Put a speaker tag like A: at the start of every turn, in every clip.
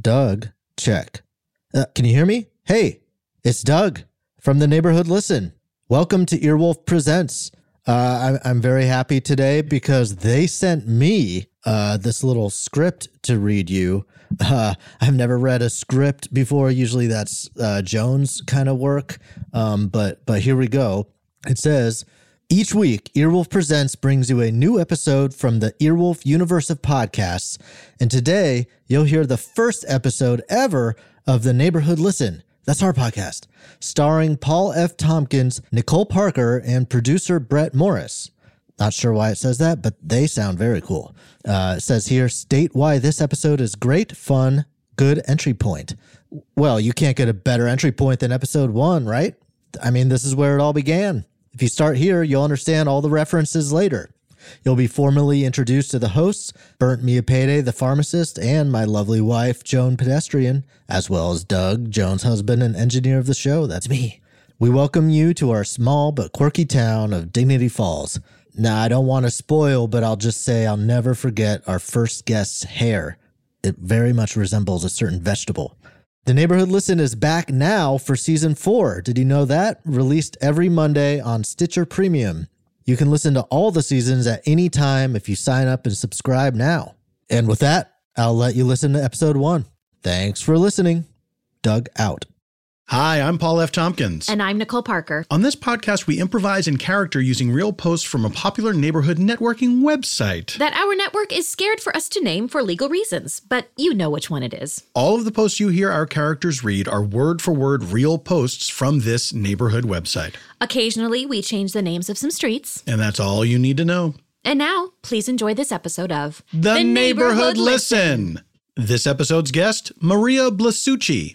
A: Doug, check. Uh, can you hear me? Hey, it's Doug from the Neighborhood Listen. Welcome to Earwolf Presents. Uh, I'm, I'm very happy today because they sent me uh, this little script to read you. Uh, I've never read a script before. Usually that's uh, Jones kind of work. Um, but but here we go. It says each week, Earwolf Presents brings you a new episode from the Earwolf universe of podcasts. And today, you'll hear the first episode ever of The Neighborhood Listen. That's our podcast, starring Paul F. Tompkins, Nicole Parker, and producer Brett Morris. Not sure why it says that, but they sound very cool. Uh, it says here, state why this episode is great, fun, good entry point. Well, you can't get a better entry point than episode one, right? I mean, this is where it all began. If you start here, you'll understand all the references later. You'll be formally introduced to the hosts, Burnt Mia Payday, the pharmacist, and my lovely wife, Joan Pedestrian, as well as Doug, Joan's husband and engineer of the show. That's me. We welcome you to our small but quirky town of Dignity Falls. Now, I don't want to spoil, but I'll just say I'll never forget our first guest's hair. It very much resembles a certain vegetable. The Neighborhood Listen is back now for season four. Did you know that? Released every Monday on Stitcher Premium. You can listen to all the seasons at any time if you sign up and subscribe now. And with that, I'll let you listen to episode one. Thanks for listening. Doug out.
B: Hi, I'm Paul F. Tompkins.
C: And I'm Nicole Parker.
B: on this podcast, we improvise in character using real posts from a popular neighborhood networking website.
C: That our network is scared for us to name for legal reasons, but you know which one it is.
B: All of the posts you hear our characters read are word for word real posts from this neighborhood website.
C: Occasionally, we change the names of some streets.
B: And that's all you need to know.
C: And now, please enjoy this episode of
B: The, Neighborhood, Listen. This episode's guest, Maria Blasucci.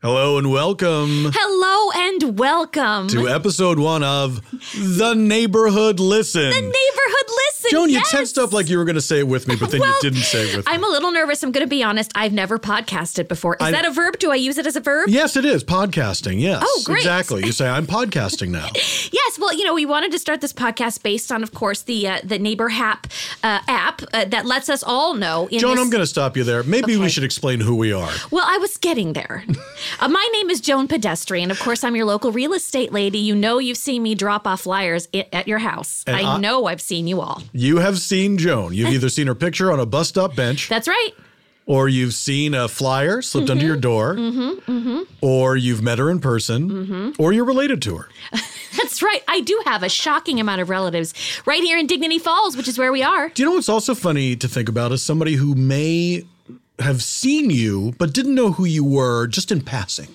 B: Hello and welcome
C: Hello and welcome.
B: to episode one of The Neighborhood Listen.
C: Neighborhood Listen.
B: Joan,
C: yes.
B: you tensed up like you were going to say it with me, but then
C: Well,
B: you didn't say it with
C: I'm
B: me.
C: a little nervous. I'm going to be honest. I've never podcasted before. Is
B: I-
C: that a verb? Do I use it as a verb?
B: Yes, it is podcasting. Yes.
C: Oh, great.
B: Exactly. You say, I'm podcasting now.
C: Yes. Well, you know, we wanted to start this podcast based on, of course, the uh, the Neighbor Hap uh, app uh, that lets us all know. In
B: Joan,
C: this-
B: I'm going to stop you there. Maybe we
C: Okay.
B: should explain who we are.
C: Well, I was getting there. uh, my name is Joan Pedestrian. Of course, I'm your local real estate lady. You know, you've seen me drop off flyers i- at your house.
B: And
C: I,
B: I-
C: know I've seen you all.
B: You have seen Joan. You've either seen her picture on a bus stop bench,
C: That's right.
B: or you've seen a flyer slipped under
C: Mm-hmm.
B: your door, or you've met her in person,
C: Mm-hmm.
B: or you're related to her.
C: That's right. I do have a shocking amount of relatives right here in Dignity Falls, which is where we are.
B: Do you know what's also funny to think about is somebody who may have seen you but didn't know who you were just in passing.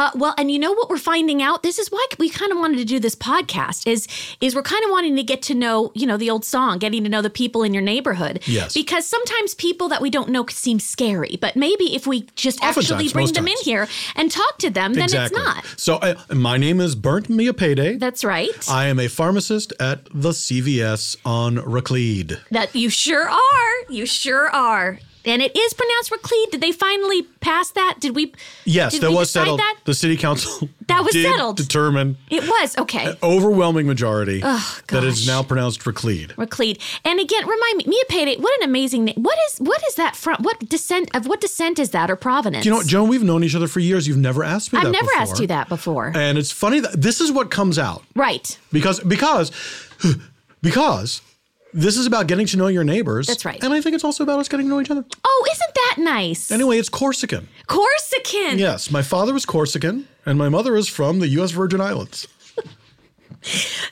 C: Uh, well, and you know what we're finding out? This is why we kind of wanted to do this podcast. Is is we're kind of wanting to get to know, you know, the old song, getting to know the people in your neighborhood.
B: Yes.
C: Because sometimes people that we don't know seem scary, but maybe if we just
B: Oftentimes,
C: actually bring
B: most
C: them
B: times.
C: in here and talk to them, then
B: exactly.
C: it's not.
B: So uh, my name is Burnt Mia Payday.
C: That's right.
B: I am a pharmacist at the CVS on Raclede.
C: that you sure are. You sure are. And it is pronounced Raclede. Did they finally pass that? Did we?
B: Yes,
C: did
B: that
C: we
B: was
C: decide
B: settled.
C: That?
B: The city council
C: That was
B: did
C: settled.
B: determine
C: It was
B: Uh,
C: okay.
B: overwhelming majority that
C: gosh.
B: it's now pronounced Raclede.
C: Raclede. And again, remind me, Mia Payday. What an amazing name. What is what is that from? What descent of what descent is that or provenance?
B: You know, what, Joan, we've known each other for years. You've never asked me
C: I've
B: that.
C: never
B: before.
C: asked you that before.
B: And it's funny that this is what comes out
C: right.
B: because because because this is about getting to know your neighbors.
C: That's right.
B: And I think it's also about us getting to know each other.
C: Oh, isn't that nice?
B: Anyway, it's Corsican.
C: Corsican.
B: Yes, my father was Corsican, and my mother is from the U.S. Virgin Islands.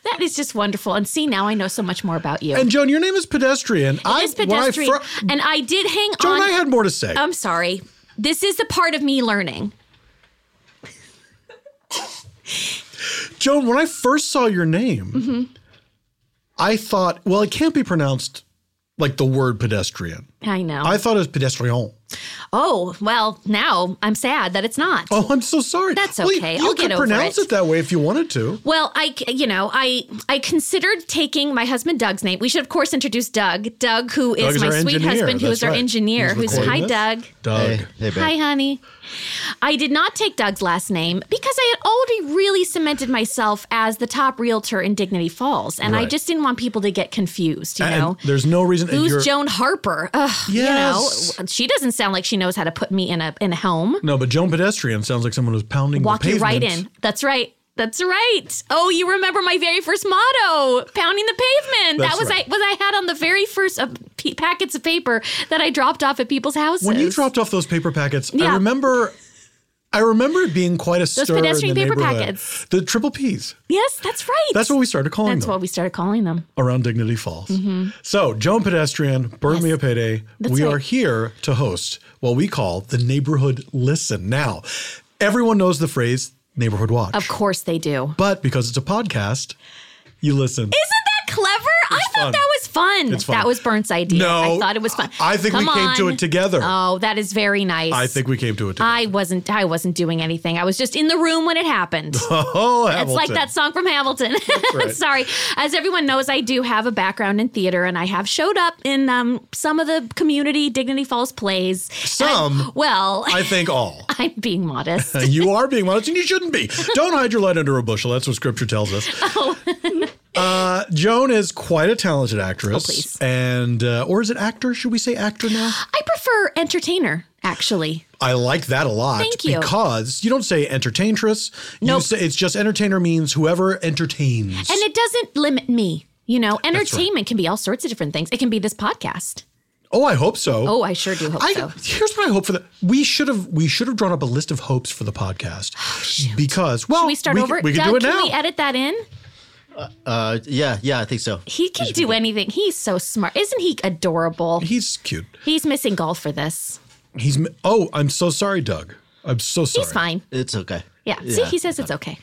C: That is just wonderful. And see, now I know so much more about you.
B: And Joan, your name is pedestrian. I,
C: It's
B: when I
C: pedestrian.
B: fir-
C: and I did hang
B: Joan,
C: on. Um,
B: I had more to say.
C: I'm sorry. This is the part of me learning.
B: Joan, when I first saw your name,
C: Mm-hmm.
B: I thought, well, it can't be pronounced like the word pedestrian.
C: I know.
B: I thought it was pedestrian.
C: oh, well, now I'm sad that it's not.
B: Oh, I'm so sorry.
C: That's
B: Well,
C: okay.
B: You
C: I'll
B: could
C: get over
B: pronounce
C: it.
B: it. that way if you wanted to.
C: Well, I, c- you know, I, I considered taking my husband Doug's name. We should, of course, introduce Doug. Doug, who is,
B: Doug is
C: my
B: our
C: sweet
B: engineer.
C: husband, who
B: That's
C: is our
B: right.
C: engineer.
B: He's
C: who's hi,
B: recording
C: Doug.
B: Doug.
A: Hey, hey, babe.
C: Hi, honey. I did not take Doug's last name because I had already really cemented myself as the top realtor in Dignity Falls, and I
B: Right.
C: just didn't want people to get confused. You
B: And
C: know,
B: there's no reason. and you're-
C: who's Joan Harper? Ugh,
B: Yes.
C: You know, she doesn't sound like she knows how to put me in a in a home.
B: No, but Joan pedestrian sounds like someone who's pounding
C: Walk
B: the
C: you
B: pavement.
C: right in. That's right. That's right. Oh, you remember my very first motto, pounding the pavement. that
B: That's
C: was
B: right.
C: I was I had on the very first uh, p- packets of paper that I dropped off at people's houses.
B: When you dropped off those paper packets,
C: Yeah.
B: I remember. I remember it being quite a stir
C: pedestrian
B: in the
C: paper
B: neighborhood.
C: packets.
B: The triple P's.
C: Yes, that's right.
B: That's what we started calling
C: That's
B: them
C: what Mm-hmm. we started calling them.
B: around Dignity Falls. So, Joan Pedestrian, Burn Me a Payday, we
C: right.
B: are here to host what we call the Neighborhood Listen. Now, everyone knows the phrase neighborhood watch.
C: Of course they do.
B: But because it's a podcast, you listen.
C: Isn't that clever? I thought
B: fun.
C: that was fun.
B: It's fun.
C: That was Burnt's idea.
B: No,
C: I thought it was fun.
B: I think we
C: Come
B: came to
C: on.
B: it together.
C: Oh, that is very nice.
B: I think we came to it together.
C: I wasn't I wasn't doing anything. I was just in the room when it happened.
B: oh, Hamilton.
C: It's like that song from Hamilton.
B: right.
C: Sorry. As everyone knows, I do have a background in theater and I have showed up in um, some of the community Dignity Falls plays. And I-
B: Some?
C: well,
B: I think all.
C: I'm being modest.
B: And you are being modest, and you shouldn't be. Don't hide your light under a bushel. That's what scripture tells us.
C: Oh.
B: uh, Joan is quite a talented actress.
C: Oh, please.
B: And, uh, or is it actor? Should we say actor now?
C: I prefer entertainer, actually.
B: I like that a lot.
C: Thank you.
B: Because you don't say entertaintress.
C: Nope.
B: You say it's just entertainer means whoever entertains.
C: And it doesn't limit me. You know,
B: That's right.
C: entertainment can be all sorts of different things. It can be this podcast.
B: oh, I hope so.
C: Oh, I sure do hope
B: I,
C: so.
B: here's what I hope for the we should have we should have drawn up a list of hopes for the podcast because well
C: Can we start
B: we,
C: over?
B: we can
C: Doug,
B: do it now
C: Can we edit that in?
A: Uh, yeah, yeah, I think so.
C: He can do anything. He's so smart. Isn't he adorable?
B: he's cute
C: He's missing golf for this.
B: He's m- oh, I'm so sorry, Doug. I'm so sorry.
C: He's fine.
A: It's okay.
C: Yeah. See, he says it's okay.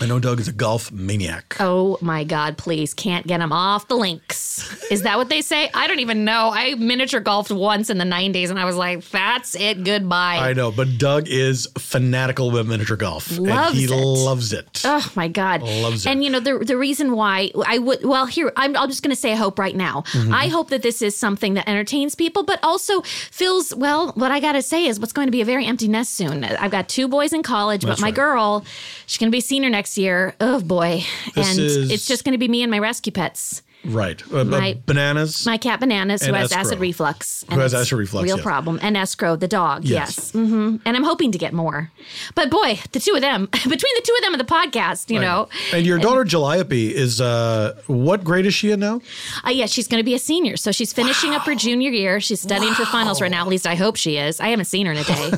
B: I know Doug is a golf maniac.
C: Oh my God, please. Can't get him off the links. Is that what they say? I don't even know. I miniature golfed once in the 90s and I was like, that's it. Goodbye.
B: I know, but Doug is fanatical with miniature golf,
C: Loves
B: and he
C: it.
B: loves it.
C: Oh my God.
B: Loves it.
C: And you know, the, the reason why I would, well, here, I'm, I'm just going to say I hope right now.
B: Mm-hmm.
C: I hope that this is something that entertains people, but also fills, well, what I got to say is what's going to be a very empty nest soon. I've got two boys in college, but my
B: right.
C: girl, she's going to be a senior next year. Oh boy.
B: This
C: and
B: is-
C: it's just going to be me and my rescue pets.
B: right, Uh, uh,
C: my-
B: bananas.
C: My cat Bananas, who
B: And
C: has
B: escrow.
C: acid reflux. and
B: Who has
C: it's
B: acid reflux,
C: Real
B: yes.
C: problem. And escrow, the dog.
B: Yes.
C: Yes. hmm And I'm hoping to get more. But boy, the two of them, between the two of them and the podcast, you know.
B: and your daughter Jalliope is uh, what grade is she in now?
C: Uh, yeah, she's going to be a senior. So she's finishing up her junior year. She's studying for finals right now. At least I hope she is. I haven't seen her in a day.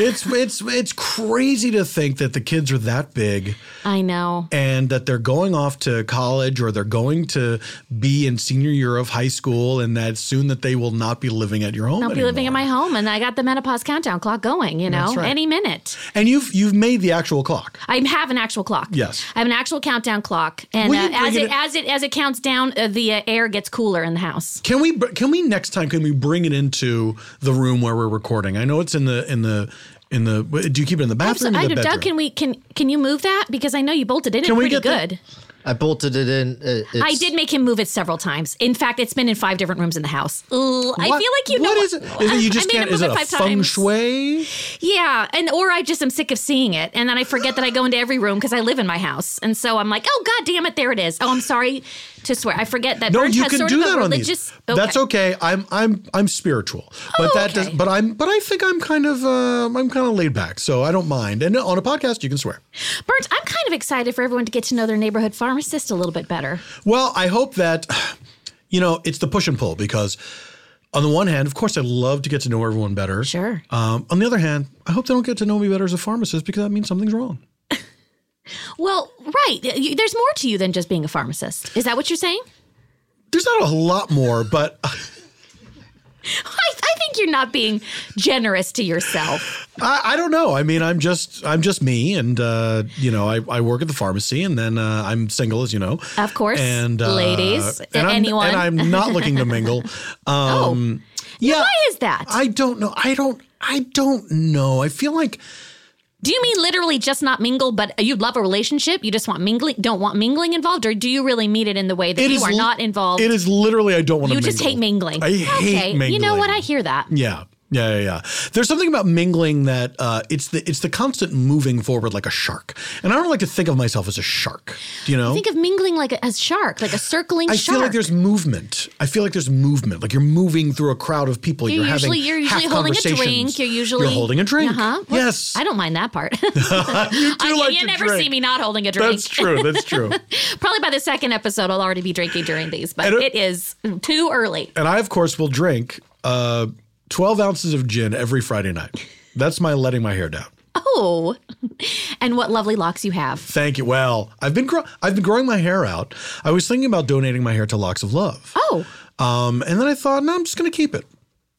B: It's it's it's crazy to think that the kids are that big
C: I know.
B: and that they're going off to college or they're going to be in senior year of high school, and that soon that they will not be living at your home.
C: I'll be living
B: anymore.
C: in my home and I got the menopause countdown clock going, you know,
B: That's right.
C: any minute.
B: And you've you've made the actual clock.
C: I have an actual clock.
B: Yes.
C: I have an actual countdown clock. And
B: Will you
C: uh,
B: bring
C: as,
B: it
C: it,
B: in-
C: as, it, as it counts down, uh, the uh, air gets cooler in the house.
B: Can we br- can we next time can we bring it into the room where we're recording? I know it's in the in the in the. w- Do you keep it in the bathroom?
C: So,
B: or
C: I
B: the
C: know,
B: bedroom?
C: Doug, can we can can you move that because I know you bolted in it
B: Can we
C: pretty
B: get the-
C: good.
A: I I bolted it in. It,
C: I
A: it's-
C: did make him move it several times. In fact, it's been in five different rooms in the house. Ooh, I
B: What-
C: feel like you know
B: What is it? Is it
C: I-
B: you
C: I
B: just
C: made
B: can't?
C: him
B: Is
C: move
B: it a
C: five
B: feng
C: times.
B: shui?
C: Yeah, and or I just am sick of seeing it, and then I forget that I go into every room because I live in my house, and so I'm like, oh god damn it, there it is. Oh, I'm sorry to swear, I forget that.
B: No,
C: Burnt
B: you
C: has
B: can
C: sort
B: do
C: of a
B: that on
C: religious,
B: these. That's okay. I'm I'm I'm spiritual, but
C: Oh,
B: that
C: okay.
B: does. But I'm but I think I'm kind of uh, I'm kind of laid back, so I don't mind. And on a podcast, you can swear.
C: Burnt, I'm kind of excited for everyone to get to know their neighborhood pharmacist a little bit better.
B: Well, I hope that, you know, it's the push and pull because, on the one hand, of course, I love to get to know everyone better.
C: Sure.
B: Um, on the other hand, I hope they don't get to know me better as a pharmacist because that means something's wrong.
C: Well, right, you- there's more to you than just being a pharmacist. Is that what you're saying?
B: There's not a lot more, but
C: I, I think you're not being generous to yourself.
B: I, I don't know. I mean, I'm just I'm just me, and uh, you know, I, I work at the pharmacy, and then uh, I'm single, as you know,
C: Of course,
B: and uh,
C: ladies,
B: and I'm-
C: anyone. Oh.
B: and I'm not looking to mingle. Um, yeah,
C: Why is that?
B: I don't know. I don't. I don't know. I feel like
C: Do you mean literally just not mingle, but you love a relationship? You just want mingling, don't want mingling involved, or do you really mean it in the way that
B: it
C: you
B: is
C: are
B: li-
C: not involved?
B: It is literally I don't want to.
C: you just hate mingling.
B: I hate
C: okay.
B: mingling.
C: You know what? I hear that.
B: Yeah. Yeah, yeah, yeah. There's something about mingling that uh, it's the it's the constant moving forward like a shark, and I don't like to think of myself as a shark. Do you know?
C: Think of mingling like a, as shark, like a circling
B: I
C: shark.
B: feel like there's movement. I feel like there's movement. Like you're moving through a crowd of people.
C: You're,
B: You're,
C: usually
B: having
C: you're usually
B: half
C: holding a
B: conversations.
C: drink. You're usually
B: you're holding a drink.
C: Uh-huh. Well,
B: Yes,
C: I don't mind that part. you do
B: like
C: you
B: to
C: never
B: drink.
C: see me not holding a drink.
B: That's true. That's true.
C: Probably by the second episode, I'll already be drinking during these, but
B: And it-
C: it is too early.
B: and I of course will drink uh, 12 ounces of gin every Friday night. That's my letting my hair down.
C: Oh, and what lovely locks you have.
B: Thank you. Well, I've been grow- I've been growing my hair out. I was thinking about donating my hair to Locks of Love.
C: Oh,
B: Um, and then I thought, no, I'm just going to keep it.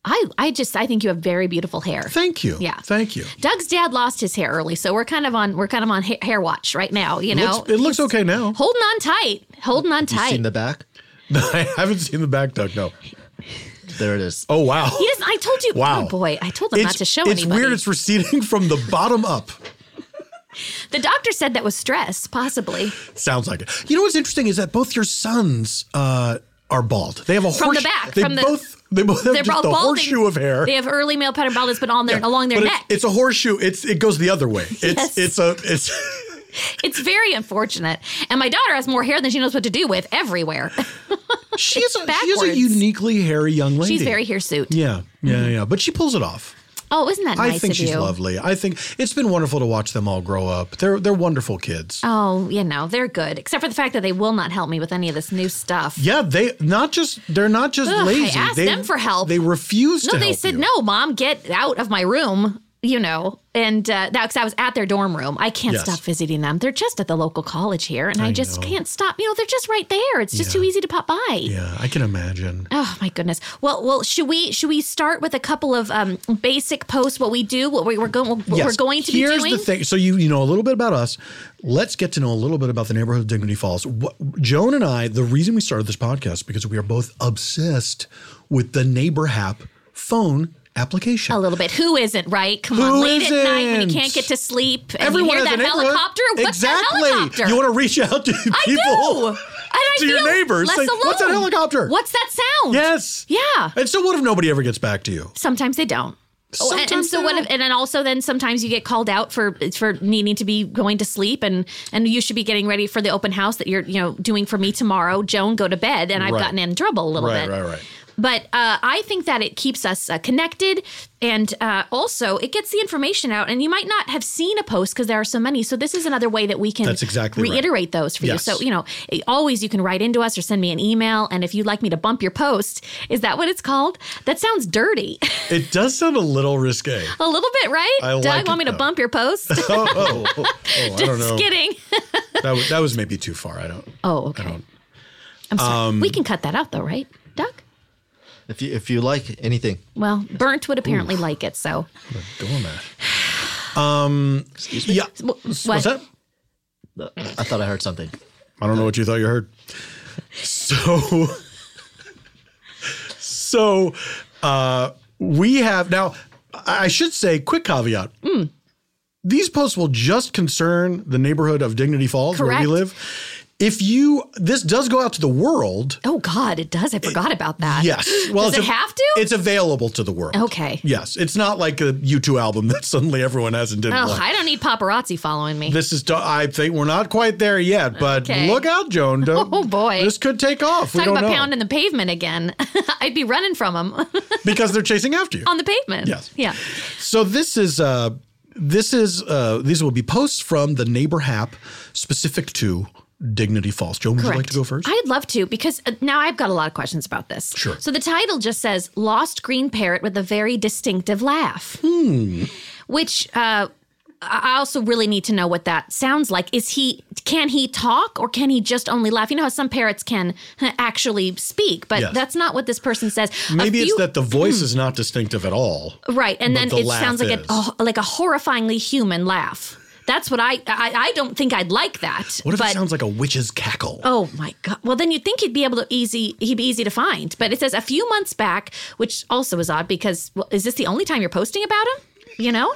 C: I, I just, I think you have very beautiful hair.
B: Thank you.
C: Yeah.
B: Thank you.
C: Doug's dad lost his hair early, so we're kind of on, we're kind of on ha- hair watch right now. You
B: It
C: know,
B: looks, it looks okay now.
C: holding on tight, holding on
A: You seen
C: tight.
A: the back?
B: I haven't seen the back duck. No.
A: There it is.
B: Oh wow.
C: he doesn't. I told you.
B: Wow.
C: Oh boy, I told him not to show
B: it's
C: anybody.
B: weird. It's receding from the bottom up.
C: the doctor said that was stress, possibly
B: Sounds like it. You know what's interesting is that both your sons uh, are bald. They have a
C: From the
B: horseshoe.
C: back,
B: They
C: from the-
B: both they both have
C: they're
B: Oh, just
C: all
B: a
C: balding.
B: horseshoe of hair.
C: They have early male pattern baldness, but on their along their
B: But
C: neck.
B: It's, it's a horseshoe. It's it goes the other way. It's
C: Yes.
B: it's a it's.
C: It's very unfortunate. And my daughter has more hair than she knows what to do with everywhere.
B: She is a, she is a
C: backwards.
B: uniquely hairy young lady.
C: She's very hirsute.
B: Yeah, yeah, yeah. But she pulls it off.
C: Oh, isn't that nice
B: I think
C: of
B: she's
C: you?
B: lovely. I think it's been wonderful to watch them all grow up. They're they're wonderful kids.
C: Oh, you know, they're good, except for the fact that they will not help me with any of this new stuff.
B: yeah, they not just they're not just
C: Ugh, I
B: lazy.
C: asked
B: they,
C: them for help.
B: They refuse
C: No,
B: to.
C: they
B: help
C: said,
B: you.
C: no, mom, get out of my room, you know. And uh, that's I was at their dorm room. I can't
B: Yes.
C: stop visiting them. They're just at the local college here, and I, just
B: know.
C: can't stop. You know, they're just right there. It's just too easy to pop by.
B: Yeah, I can imagine.
C: Oh my goodness. Well, well, should we should we start with a couple of um, basic posts? What we do, what we, we're going, what
B: Yes.
C: we're going to
B: Here's
C: be doing.
B: the thing. So you you know a little bit about us. Let's get to know a little bit about the neighborhood of Dignity Falls. What, Joan and I, the reason we started this podcast is because we are both obsessed with the Neighbor Hap phone application.
C: a little bit. Who isn't right? Come
B: Who
C: on, late at night when
B: isn't?
C: you can't get to sleep, and
B: Everyone
C: you
B: has
C: hear
B: a
C: that
B: neighborhood.
C: helicopter. What's
B: exactly.
C: that helicopter?
B: You want to reach out to people.
C: I do. And I
B: to your
C: feel
B: neighbors,
C: Less
B: say,
C: alone.
B: "What's that helicopter?"
C: What's that sound?
B: Yes.
C: Yeah.
B: And so what if nobody ever gets back to you?
C: Sometimes they don't. Oh, and, and
B: Sometimes
C: so
B: they
C: what?
B: don't.
C: If, and then also then sometimes you get called out for for needing to be going to sleep and and you should be getting ready for the open house that you're you know doing for me tomorrow. Joan, go to bed, and I've
B: Right.
C: gotten in trouble a little
B: Right,
C: bit.
B: right, right.
C: But uh, I think that it keeps us uh, connected, and uh, also it gets the information out. And you might not have seen a post because there are so many. So this is another way that we can
B: That's exactly right.
C: reiterate those for
B: Yes.
C: you. So you know, it- always you can write into us or send me an email. And if you'd like me to bump your post, is that what it's called? That sounds dirty,
B: It does sound a little risque.
C: a little bit, right?
B: I
C: Doug,
B: like it,
C: want me to
B: though.
C: bump your post? Just
B: Oh, oh, oh, I don't Um, know.
C: kidding.
B: That was, that was maybe too far. I don't.
C: Oh, okay. I'm sorry. we can cut that out though, right, Doug?
A: If you if you like anything,
C: Well, Burnt would apparently like it, so
B: doormat. Um, yeah.
C: what?
B: What's that?
A: I thought I heard something.
B: I don't know what you thought you heard. So, so uh, we have now. I I should say, quick caveat.
C: Hmm.
B: These posts will just concern the neighborhood of Dignity Falls where we
C: Correct.
B: live. If you, this does go out to the world.
C: Oh God, it does. I forgot about that.
B: Yes.
C: Well,
B: it's
C: does it
B: a-
C: have to?
B: It's available to the world.
C: Okay.
B: Yes. It's not like a U2 album that suddenly everyone has and didn't
C: oh,
B: like.
C: I don't need paparazzi following me.
B: This is, I think we're not quite there yet, but
C: Okay.
B: look out, Joan. Don't,
C: Oh, boy.
B: This could take off. we
C: Talking
B: don't
C: about
B: know.
C: pounding the pavement again. I'd be running from them
B: because they're chasing after you.
C: on the pavement.
B: Yes.
C: Yeah.
B: So this is uh this is uh these will be posts from the neighbor hap specific to Dignity Falls. Joan, would you like to go first?
C: I'd love to because uh, now I've got a lot of questions about this.
B: Sure.
C: So the title just says "Lost Green Parrot with a Very Distinctive Laugh," hmm. which uh, I I also really need to know what that sounds like. Is he? Can he talk or can he just only laugh? You know how some parrots can actually speak, but
B: Yes.
C: that's not what this person says. A
B: Maybe
C: few- Hmm.
B: it's that the voice is not distinctive at all.
C: Right, and
B: But
C: then
B: the
C: it
B: laugh
C: sounds like a
B: is.
C: oh, like a horrifyingly human laugh. That's what I I, I don't think I'd like that.
B: What if
C: but,
B: it sounds like a witch's cackle?
C: Oh my god! Well, then you'd think he'd be able to easy he'd be easy to find. But it says a few months back, which also is odd because well, is this the only time you're posting about him? You know,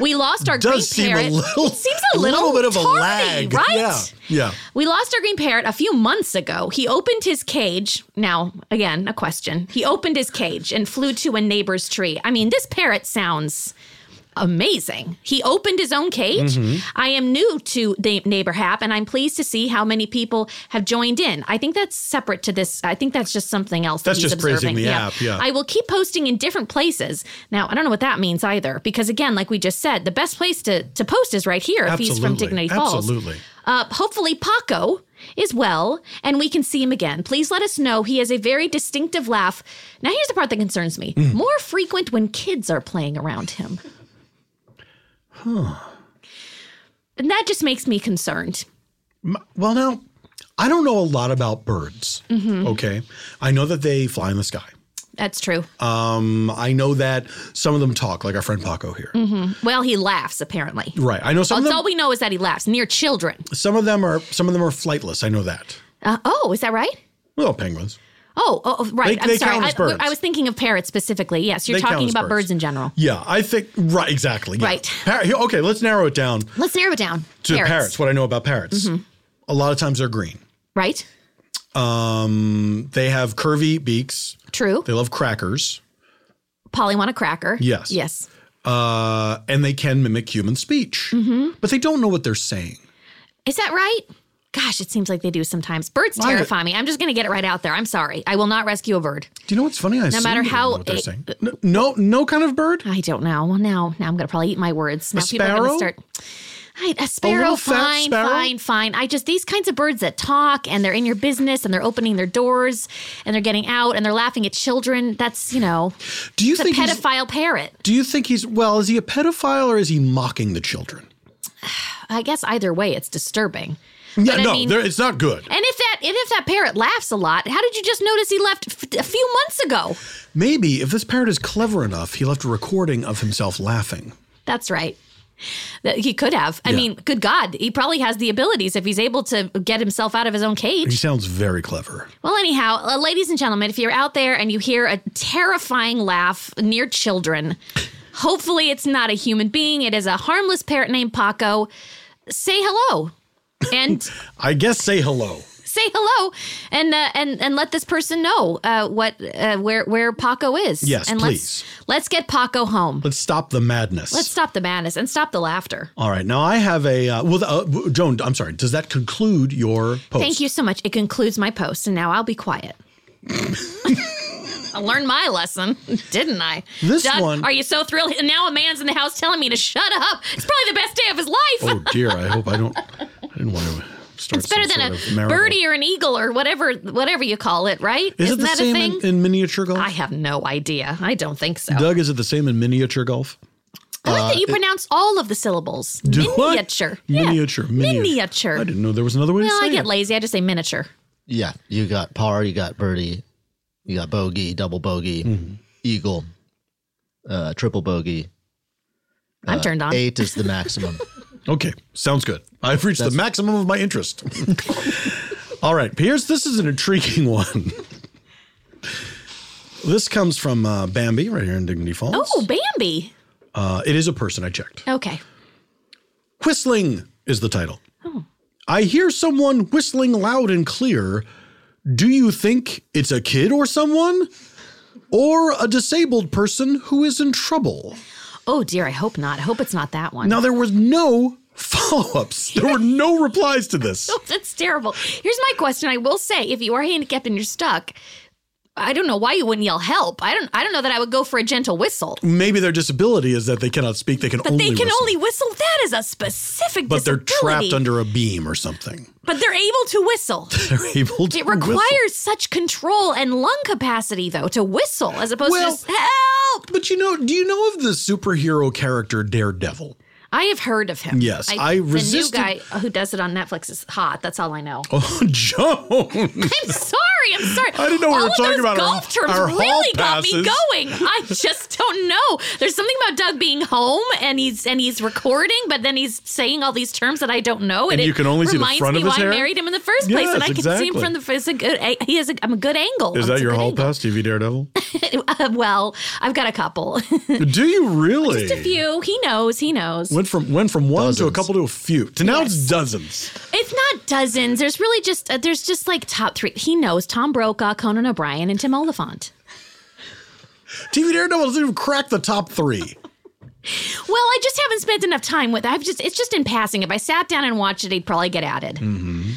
C: we lost our green
B: Does seem
C: parrot.
B: a little
C: it seems a little,
B: bit of a
C: tardy,
B: lag.
C: right?
B: Yeah. Yeah.
C: We lost our green parrot a few months ago. He opened his cage. Now, again, a question. He opened his cage and flew to a neighbor's tree. I mean, this parrot sounds amazing. He opened his own cage.
B: Mm-hmm.
C: I am new to the neighbor hap and I'm pleased to see how many people have joined in. I think that's separate to this. I think that's just something else.
B: That's
C: that he's
B: just praising
C: observing.
B: the app, yeah.
C: I will keep posting in different places. Now, I don't know what that means either because again, like we just said, the best place to to post is right here if he's from Dignity Falls.
B: Absolutely.
C: Uh, hopefully, Paco is well and we can see him again. Please let us know. He has a very distinctive laugh. Now, here's the part that concerns me
B: Mm.
C: more frequent when kids are playing around him. Huh. And that just makes me concerned.
B: Well, now I don't know a lot about birds. Okay. I know that they fly in the sky.
C: That's true.
B: Um, I know that some of them talk, like our friend Paco here.
C: well, he laughs, apparently.
B: Right. I know some of
C: That's
B: them
C: all we know is that he laughs near children.
B: some of them are some of them are flightless. I know that.
C: Uh, oh, is that right?
B: Well, penguins.
C: Oh, oh, oh, right.
B: They-
C: I'm
B: they
C: sorry.
B: count
C: I,
B: as birds.
C: I was thinking of parrots specifically. Yes, you're
B: They count
C: talking
B: as
C: about
B: birds.
C: birds. in general.
B: Yeah, I think right exactly. yeah.
C: Right.
B: Par- here- okay, let's narrow it down
C: Let's narrow it down.
B: to parrots. What I know about parrots, a lot of times they're green. Um,
C: Right?
B: They have curvy beaks.
C: True.
B: They love crackers,
C: Polly want a cracker.
B: Yes.
C: Yes.
B: uh, and they can mimic human speech, but they don't know what they're saying.
C: Is that right? Gosh, it seems like they do sometimes. Birds
B: Why would-
C: terrify me. I'm just going to get it right out there. I'm sorry. I will not rescue a bird.
B: Do you know what's funny? I no
C: matter how- Uh-huh.
B: know what they're saying. N- No, no kind of bird.
C: I don't know. Well, now, now I'm going to probably eat my words. Now people are
B: sparrow?
C: going to start. I, a sparrow,
B: little fat
C: fine,
B: sparrow?
C: fine, fine. I just these kinds of birds that talk and they're in your business and they're opening their doors and they're getting out and they're laughing at children. That's you know,
B: Do you
C: it's a
B: think? he's-
C: pedophile parrot.
B: do you think he's well? Is he a pedophile or is he mocking the children?
C: I guess either way, it's disturbing.
B: Yeah,
C: I
B: no,
C: mean-
B: there- it's not good.
C: And if that and if that parrot laughs a lot, how did you just notice he left f- a few months ago?
B: Maybe if this parrot is clever enough, he left a recording of himself laughing.
C: That's right. That he could have. I
B: Yeah.
C: mean, good God, he probably has the abilities if he's able to get himself out of his own
B: He
C: cage.
B: sounds very clever.
C: Well, anyhow, uh, ladies and gentlemen, if you're out there and you hear a terrifying laugh near children, hopefully it's not a human being. It is a harmless parrot named Paco. Say hello. And
B: I guess say hello.
C: say hello, and uh, and and let this person know uh, what uh, where where Paco is.
B: Yes,
C: and
B: please.
C: Let's, let's get Paco home.
B: Let's stop the madness.
C: Let's stop the madness and stop the laughter.
B: All right. Now I have a uh, well, uh, w- Joan. I'm sorry. Does that conclude your post?
C: Thank you so much. It concludes my post, and now I'll be quiet. I learned my lesson, didn't I?
B: This
C: Doug,
B: one-
C: Are you so thrilled? And now a man's in the house telling me to shut up. It's probably the best day of his life.
B: Oh dear. I hope I don't. I didn't want to start.
C: it's better
B: some
C: than
B: sort
C: a
B: of marital-
C: birdie or an eagle or whatever, whatever you call it, right?
B: Is
C: not
B: it the
C: that
B: same
C: a thing?
B: In, in miniature golf?
C: I have no idea. I don't think so.
B: Doug, is it the same in miniature golf?
C: I like that you pronounce all of the syllables.
B: Do what?
C: miniature. Yeah.
B: Miniature. Uh, Miniature.
C: Miniature.
B: I didn't know there was another way to
C: Well,
B: say
C: I get
B: it.
C: lazy. I just say miniature.
A: Yeah, you got par, you got birdie, you got bogey, double bogey, eagle, uh, triple bogey.
B: uh,
C: I'm turned on.
A: Eight is the maximum.
B: Okay, sounds good. I've reached the maximum of my interest. All right, Pierce, this is an intriguing one. this comes from uh, Bambi right here in Dignity Falls.
C: Oh, Bambi.
B: Uh, it is a person, I checked.
C: Okay. Oh.
B: Whistling is the title. I hear someone whistling loud and clear. Do you think it's a kid or someone? Or a disabled person who is in trouble?
C: Oh dear, I hope not. I hope it's not that one.
B: Now, there was no follow ups, there were no replies to this.
C: That's terrible. Here's my question. I will say, if you are handicapped and you're stuck, I don't know why you wouldn't yell help. I don't. I don't know that I would go for a gentle whistle.
B: Maybe their disability is that they cannot speak, they can
C: But
B: only
C: they can
B: whistle.
C: only whistle. That is a specific.
B: but they're
C: disability.
B: trapped under a beam or something.
C: But they're able to whistle.
B: They're able to
C: It
B: whistle.
C: requires such control and lung capacity, though, to whistle as opposed
B: Well-
C: to just help.
B: But you know, do you know of the superhero character Daredevil?
C: I have heard of him.
B: Yes, I resisted-
C: The new guy who does it on Netflix is hot. That's all I know.
B: Oh, Joan.
C: I'm sorry. I'm sorry.
B: I didn't know we
C: All
B: were
C: of
B: talking
C: those
B: about our-
C: golf terms
B: our hall
C: really got me
B: passes.
C: going. I just don't know. There's something about Doug being home and he's and he's recording, but then he's saying all these terms that I don't know. And,
B: And you
C: it
B: can only see the
C: reminds
B: front
C: me
B: of his
C: why
B: hair?
C: I married him in the first place,
B: Yes,
C: and I can see him
B: exactly.
C: from the. It's a good. I- He has a. I'm a good angle.
B: Is
C: It's
B: that
C: a
B: your
C: good
B: hall
C: angle.
B: pass, TV Daredevil?
C: Uh, well, I've got a couple.
B: do you really?
C: Just a few. He knows. He knows.
B: Went from went from one to a
A: Dozens.
B: couple to a few. To now it's dozens.
C: It's not dozens. There's really just uh, there's just like top three. He knows Tom Brokaw, Conan O'Brien, and Tim Oliphant.
B: TV Daredevil doesn't even crack the top three.
C: Well, I just haven't spent enough time with. I've just it's just in passing. If I sat down and watched it, he'd probably get added. Mm-hmm.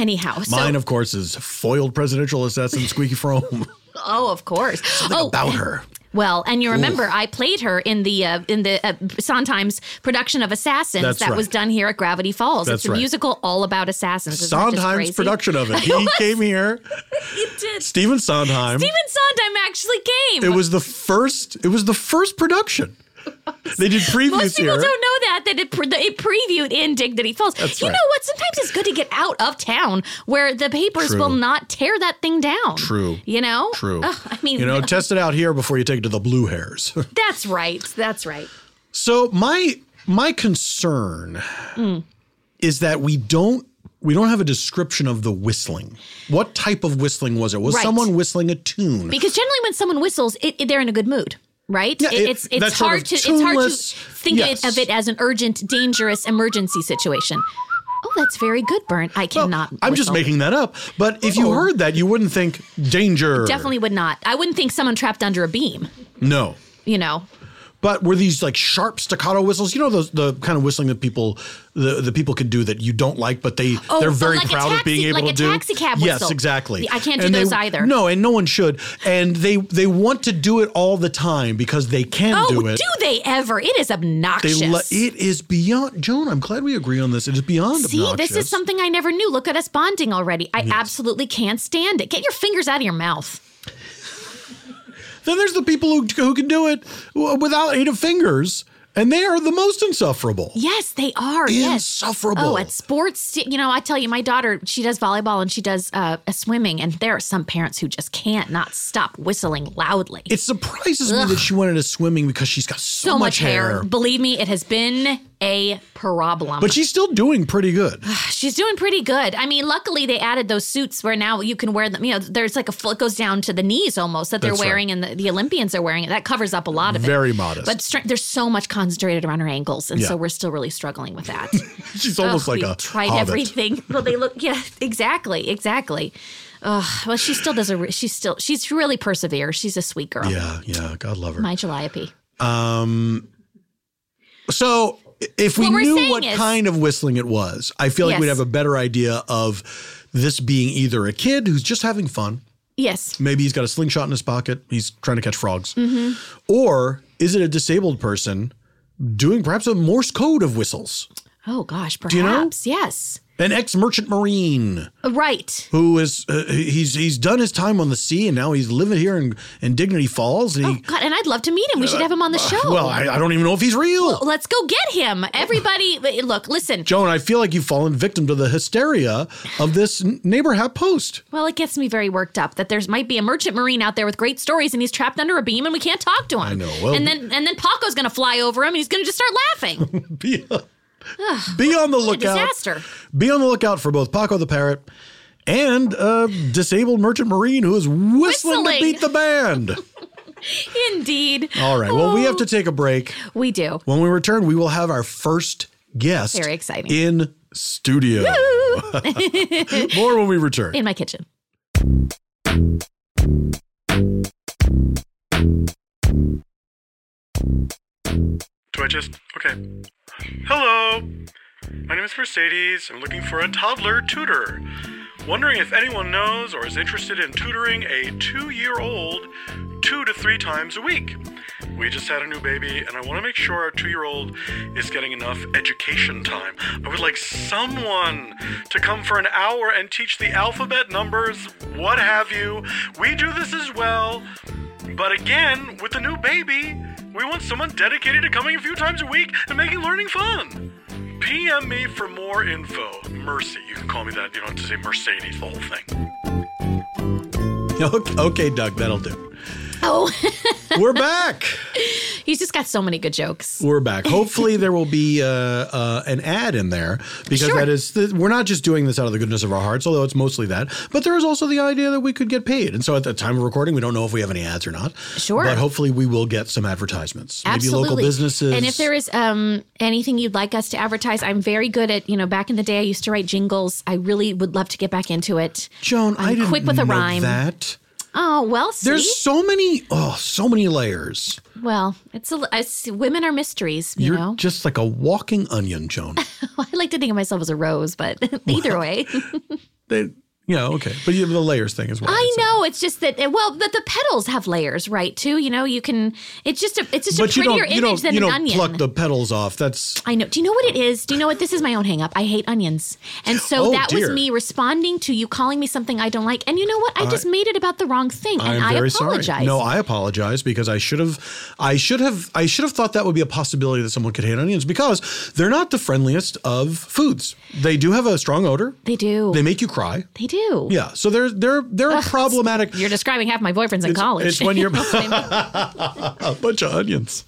C: Anyhow, so
B: Mm-hmm. Mine, of course, is foiled presidential assassin Squeaky Frome.
C: oh, of course. Oh,
B: About her.
C: well, and you remember I played her in the uh, in the uh, Sondheim's production of Assassins
B: That's
C: that was
B: right.
C: done here at Gravity Falls.
B: That's
C: it's a
B: right.
C: musical all about assassins. Isn't that just
B: Sondheim's
C: crazy?
B: production of it. He came here.
C: He did.
B: Stephen Sondheim.
C: Stephen Sondheim actually came.
B: It was the first. It was the first production. They did previews
C: Most people
B: here.
C: don't know that that it, pre- that it previewed in Dignity Falls. you
B: right.
C: know what? Sometimes it's good to get out of town where the papers
B: True.
C: will not tear that thing down.
B: True.
C: You know.
B: True.
C: Ugh, I mean,
B: you know, test it out here before you take it to the blue hairs.
C: that's right. That's right.
B: so my my concern
C: Mm.
B: is that we don't we don't have a description of the whistling. What type of whistling was it? Was
C: Right.
B: someone whistling a tune?
C: Because generally, when someone whistles, it, it- they're in a good mood. Right,
B: Yeah,
C: It-
B: it-
C: it's it's
B: that sort
C: hard
B: of
C: to it's hard to
B: tuneless-
C: think
B: yes.
C: it, of it as an urgent, dangerous emergency situation. Oh, that's very good, Burnt. I
B: Well,
C: cannot.
B: I'm just
C: whistle.
B: making that up. But if you heard that, you wouldn't think danger.
C: Definitely would not. I wouldn't think someone trapped under a beam.
B: no.
C: You know,
B: But were these like sharp staccato whistles? You know those the kind of whistling that people the, the people could do that you don't like, but they
C: Oh,
B: they're
C: so
B: very
C: like a
B: proud of
C: taxi-
B: being able
C: like
B: to
C: a
B: do.
C: taxi cab
B: yes,
C: whistle.
B: exactly.
C: I can't do
B: And they-
C: those either.
B: No, and no one should. And they they want to do it all the time because they can
C: oh,
B: do it.
C: they ever? It is
B: they
C: obnoxious.
B: let it is beyond Joan. I'm glad we agree on this. It is beyond.
C: See,
B: obnoxious.
C: this is something I never knew. Look at us bonding already. I absolutely can't stand it. Get your fingers out of your mouth.
B: Then there's the people who who can do it w- without aid of fingers, and they are the most insufferable.
C: Yes, they are.
B: Insufferable.
C: Yes. Oh, at sports, you know, I tell you, my daughter, she does volleyball and she does uh, swimming, and there are some parents who just can't not stop whistling loudly.
B: It surprises me that she went into swimming because she's got so,
C: so much hair. Believe me, it has been a problem.
B: But she's still doing pretty good.
C: She's doing pretty good. I mean, luckily they added those suits where now you can wear them. You know, there's like a full, it goes down to the knees almost that they're
B: That's right.
C: wearing, and the, the Olympians are wearing it. That covers up a lot of it.
B: Very modest.
C: But stre- there's so much concentrated around her ankles, and
B: Yeah.
C: so we're still really struggling with that.
B: She's almost
C: Ugh,
B: like
C: we've
B: a
C: tried
B: hobbit.
C: everything. Well, they look yeah, exactly, exactly. Ugh, well, she still does a. Re- she's still she's really perseveres. She's a sweet girl.
B: Yeah, yeah. God love her.
C: My Calliope.
B: so if we
C: What we're
B: knew
C: saying
B: what
C: is-
B: kind of whistling it was, I feel like
C: Yes.
B: we'd have a better idea of this being either a kid who's just having fun,
C: Yes.
B: maybe he's got a slingshot in his pocket, he's trying to catch frogs,
C: Mm-hmm.
B: or is it a disabled person doing perhaps a Morse code of whistles?
C: Oh gosh, perhaps
B: you know?
C: yes.
B: An ex merchant marine
C: Right.
B: who is uh, he's he's done his time on the sea and now he's living here in, in Dignity Falls. And he, Uh,
C: Oh God, and I'd love to meet him. We should have him on the show.
B: Well, I, I don't even know if he's real.
C: Let's go get him. Everybody, look, listen.
B: Joan, I feel like you've fallen victim to the hysteria of this n- neighbor hat post.
C: Well, it gets me very worked up that there's might be a merchant marine out there with great stories, and he's trapped under a beam, and we can't talk to him. I
B: know. Well,
C: and then and then Paco's gonna fly over him, and he's gonna just start laughing.
B: Be, be on the
C: a
B: lookout.
C: disaster.
B: Be on the lookout for both Paco the Parrot and a disabled merchant marine who is whistling, to
C: Whistling.
B: beat the band.
C: Indeed.
B: All right. Well, we have to
C: Oh,
B: take a break.
C: we do.
B: When we return, we will have our first guest
C: Very exciting.
B: in studio. More when we return.
C: in my kitchen.
D: Do I just. Okay. Hello! My name is Mercedes. I'm looking for a toddler tutor. Wondering if anyone knows or is interested in tutoring a two year old two to three times a week. We just had a new baby, and I want to make sure our two year old is getting enough education time. I would like someone to come for an hour and teach the alphabet, numbers, what have you. We do this as well. But again, with the new baby, we want someone dedicated to coming a few times a week and making learning fun. PM me for more info. Mercy. You can call me that. You don't have to say Mercedes, the whole thing.
B: Okay, okay, Doug, that'll do.
C: Oh,
B: We're back.
C: he's just got so many good jokes.
B: We're back. Hopefully, there will be uh, uh, an ad in there because
C: Sure.
B: that is th- we're not just doing this out of the goodness of our hearts, although it's mostly that. But there is also the idea that we could get paid, and so at the time of recording, we don't know if we have any ads or not.
C: Sure.
B: But hopefully, we will get some advertisements.
C: Absolutely.
B: Maybe local businesses.
C: And if there is um, anything you'd like us to advertise, I'm very good at, you know, back in the day I used to write jingles. I really would love to get back into it.
B: Joan,
C: I'm
B: I didn't
C: quick with a
B: know
C: rhyme.
B: that.
C: Oh, well, see?
B: There's so many, oh, so many layers.
C: well, it's a, it's- women are mysteries, you
B: You're
C: know.
B: just like a walking onion, Joan.
C: I like to think of myself as a rose, but either way.
B: they, yeah, okay, but you have the layers thing as well.
C: I know it's just that eh, well, but the petals have layers, right? Too, you know, you can. It's just a it's just a
B: But you don't,
C: prettier
B: you don't,
C: image than
B: you
C: an
B: don't
C: onion.
B: pluck the petals off. That's
C: I know. Do you know what it is? Do you know what this is? My own hang up. I hate onions, and so
B: Oh,
C: that was
B: dear.
C: me responding to you calling me something I don't like. And you know what? I just made it about the wrong thing, and I apologize.
B: sorry. No, I apologize because I should have, I should have, I should have thought that would be a possibility that someone could hate onions because they're not the friendliest of foods. They do have a strong odor.
C: they do.
B: They make you cry.
C: They do.
B: Yeah, so they're they're they're a problematic.
C: You're describing half my boyfriends in college.
B: It's when you're a bunch of onions.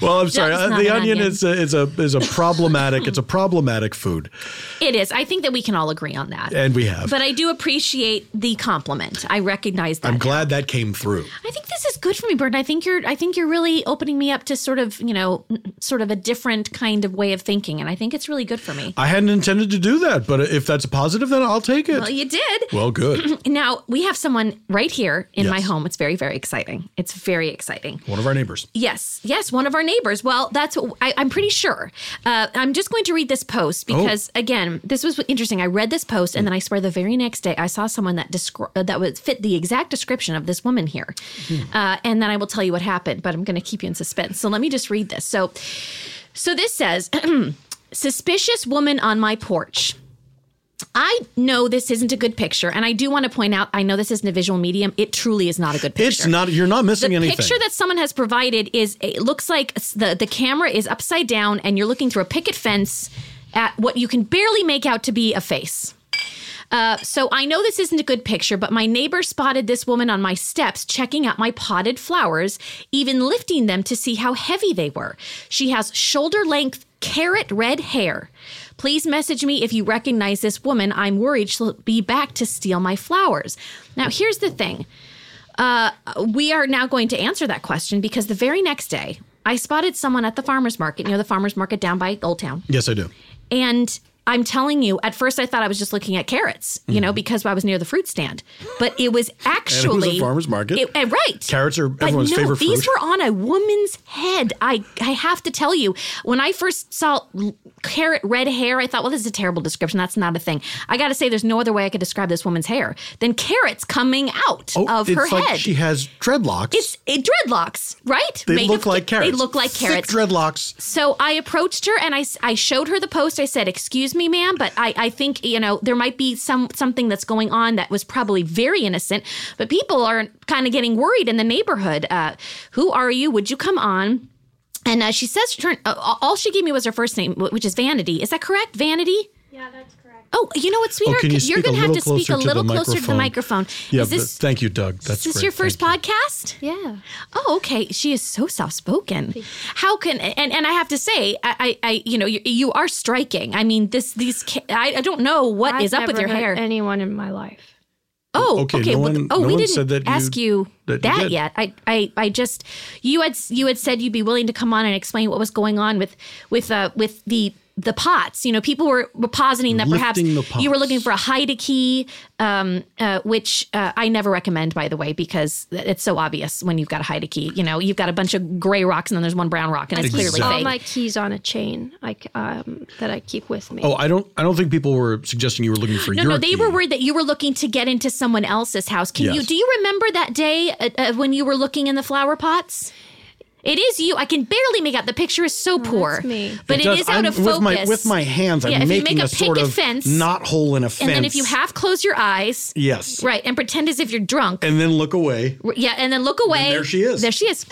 B: well, I'm sorry.
C: Just
B: Uh,
C: not
B: the
C: an
B: onion,
C: onion.
B: is a, is a is a problematic. it's a problematic food,
C: It is. I think that we can all agree on that.
B: and we have.
C: but uh, I do appreciate the compliment. I recognize that.
B: I'm glad that came through.
C: I think this is good for me, Burton. I think you're I think you're really opening me up to sort of, you know, sort of a different kind of way of thinking. And I think it's really good for me.
B: I hadn't intended to do that, but if that's a positive, then I'll take it.
C: Well, you did.
B: well good.
C: Now we have someone right here in my
B: Yes.
C: home. It's very, very exciting. It's very exciting.
B: One of our neighbors.
C: Yes, yes, one of our neighbors. Well, that's what I, I'm pretty sure. Uh, I'm just going to read this post because, again, this was interesting. I read this post, and then I swear the very next day I saw someone that descri- uh, that would fit the exact description of this woman here, uh, and then I will tell you what happened. But I'm going to keep you in suspense. So let me just read this. So, so this says, suspicious woman on my porch. I know this isn't a good picture, and I do want to point out. I know this isn't a visual medium. It truly is not a good picture
B: It's not. You're not missing
C: the
B: anything.
C: picture that someone has provided is it looks like s- the the camera is upside down and you're looking through a picket fence at what you can barely make out to be a face. Uh, so I know this isn't a good picture, but my neighbor spotted this woman on my steps checking out my potted flowers, even lifting them to see how heavy they were. She has shoulder length carrot red hair. Please message me if you recognize this woman. I'm worried she'll be back to steal my flowers. Now, here's the thing we are now going to answer that question because the very next day I spotted someone at the farmer's market, you know, the farmer's market down by Old Town.
B: yes, I do.
C: And I'm telling you, at first I thought I was just looking at carrots, you
B: Mm-hmm.
C: know, because I was near the fruit stand. But it was actually
B: farmer's market.
C: It- uh, right.
B: Carrots are
C: But
B: everyone's
C: no,
B: favorite
C: These
B: fruit.
C: were on a woman's head. I I have to tell you, when I first saw l- carrot red hair, I thought, well, this is a terrible description. That's not a thing. I got to say, there's no other way I could describe this woman's hair than carrots coming out of
B: Oh, it's
C: her
B: like
C: head.
B: She has dreadlocks.
C: It's it, dreadlocks, right?
B: they
C: Made
B: look
C: of-
B: like carrots.
C: They look like
B: Thick
C: carrots.
B: dreadlocks.
C: so I approached her and I, s- I showed her the post. I said, "Excuse me, ma'am, but I, I think you know there might be some something that's going on that was probably very innocent, but people are kind of getting worried in the neighborhood. Uh, who are you? Would you come on?" And uh, she says, her, uh, "All she gave me was her first name, wh- which is Vanity. Is that correct, Vanity?"
E: Yeah, that's correct.
C: Oh, you know what, sweetheart?
B: can you
C: are
B: speak a
C: going to have
B: little
C: to speak a
B: closer to
C: little
B: the
C: closer to the microphone.
B: Yeah.
C: is this,
B: but thank you, Doug. That's
C: is this
B: great.
C: your first
B: Thank
C: podcast?
E: Yeah.
C: Oh, okay. She is so soft spoken. How can and and I have to say, I, I, I you know, you, you are striking. I mean, this these ca- I, I don't know what is
E: I've
C: up with
E: never
C: your
E: hurt
C: hair.
E: Anyone in my life.
C: oh,
B: Okay,
C: okay.
B: no
C: well,
B: one-
C: oh,
B: no
C: we
B: one
C: didn't
B: said that you-
C: ask you
B: that you
C: that,
B: did.
C: yet. I, I, I just you had you had said you'd be willing to come on and explain what was going on with with uh with the the pots. You know, people were, were positing that perhaps
B: Lifting the
C: you were
B: pots.
C: looking for a Haida key, um, uh, which uh, I never recommend, by the way, because it's so obvious when you've got a Haida key. You know, you've got a bunch of gray rocks and then there's one brown rock, and it's
B: Exactly.
C: clearly
E: all
C: fake.
E: Oh my keys on a chain I, c- um, that I keep with me.
B: Oh, I don't. I don't think people were suggesting you were looking for
C: No,
B: your.
C: no, they
B: key.
C: were worried that you were looking to get into someone else's house. Can you?
B: Yes.
C: Do you remember that day uh, uh, when you were looking in the flower pots? It is you. I can barely make out. The picture is so poor,
E: Oh, me.
C: but
B: It does-
C: is out
B: I'm-
C: of focus.
B: With my, with my hands, I'm
C: Yeah, if you make
B: making
C: a
B: a, sort
C: picket
B: of
C: fence,
B: knot hole in a fence.
C: and then if you half close your eyes,
B: yes,
C: right, and pretend as if you're drunk,
B: and then look away.
C: yeah, and then look away.
B: there she is.
C: There she is.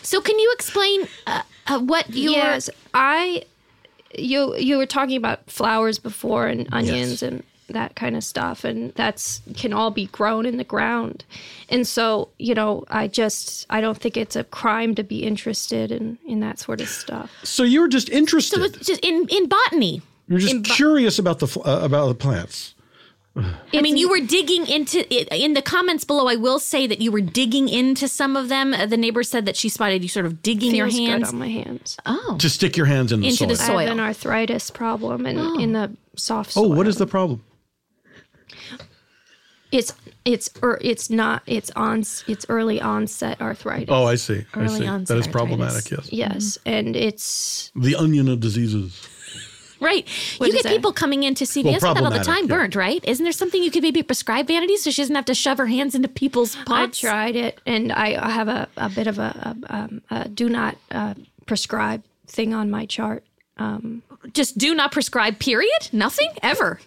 C: so, can you explain uh, uh, what your
E: yes, I. You you were talking about flowers before and onions and that kind of stuff, and that's can all be grown in the ground, and so you know I just I don't think it's a crime to be interested in in that sort of stuff.
B: So you were just interested.
C: so it's just in in botany?
B: You're just curious about the fl- uh, about the plants.
C: I mean, you were digging into it. In the comments below, I will say that you were digging into some of them. Uh, the neighbor said that she spotted you sort of digging your
E: Feels good
C: hands.
E: on my hands.
C: Oh,
B: To stick your hands in the
C: Into
B: soil.
C: the soil. Oh.
E: I have an arthritis problem and in the soft
B: oh,
E: soil.
B: what is the problem?
E: It's it's or it's not it's on it's early onset arthritis.
B: Oh, I see. I
C: Early
B: see. That
C: onset
B: is problematic. Yes.
E: yes,
C: Mm-hmm.
E: and it's
B: The onion of diseases.
C: right.
E: What'd
C: you
E: you
C: get
E: say?
C: people coming into CVS with that all the
B: problematic,
C: time,
B: yeah.
C: burnt, right? Isn't there something you could maybe prescribe Vanity so she doesn't have to shove her hands into people's
E: I
C: pots?
E: tried it and I, I have a, a bit of a, a, um, a do not uh, prescribe thing on my chart.
C: Just do not prescribe. Period. Nothing ever.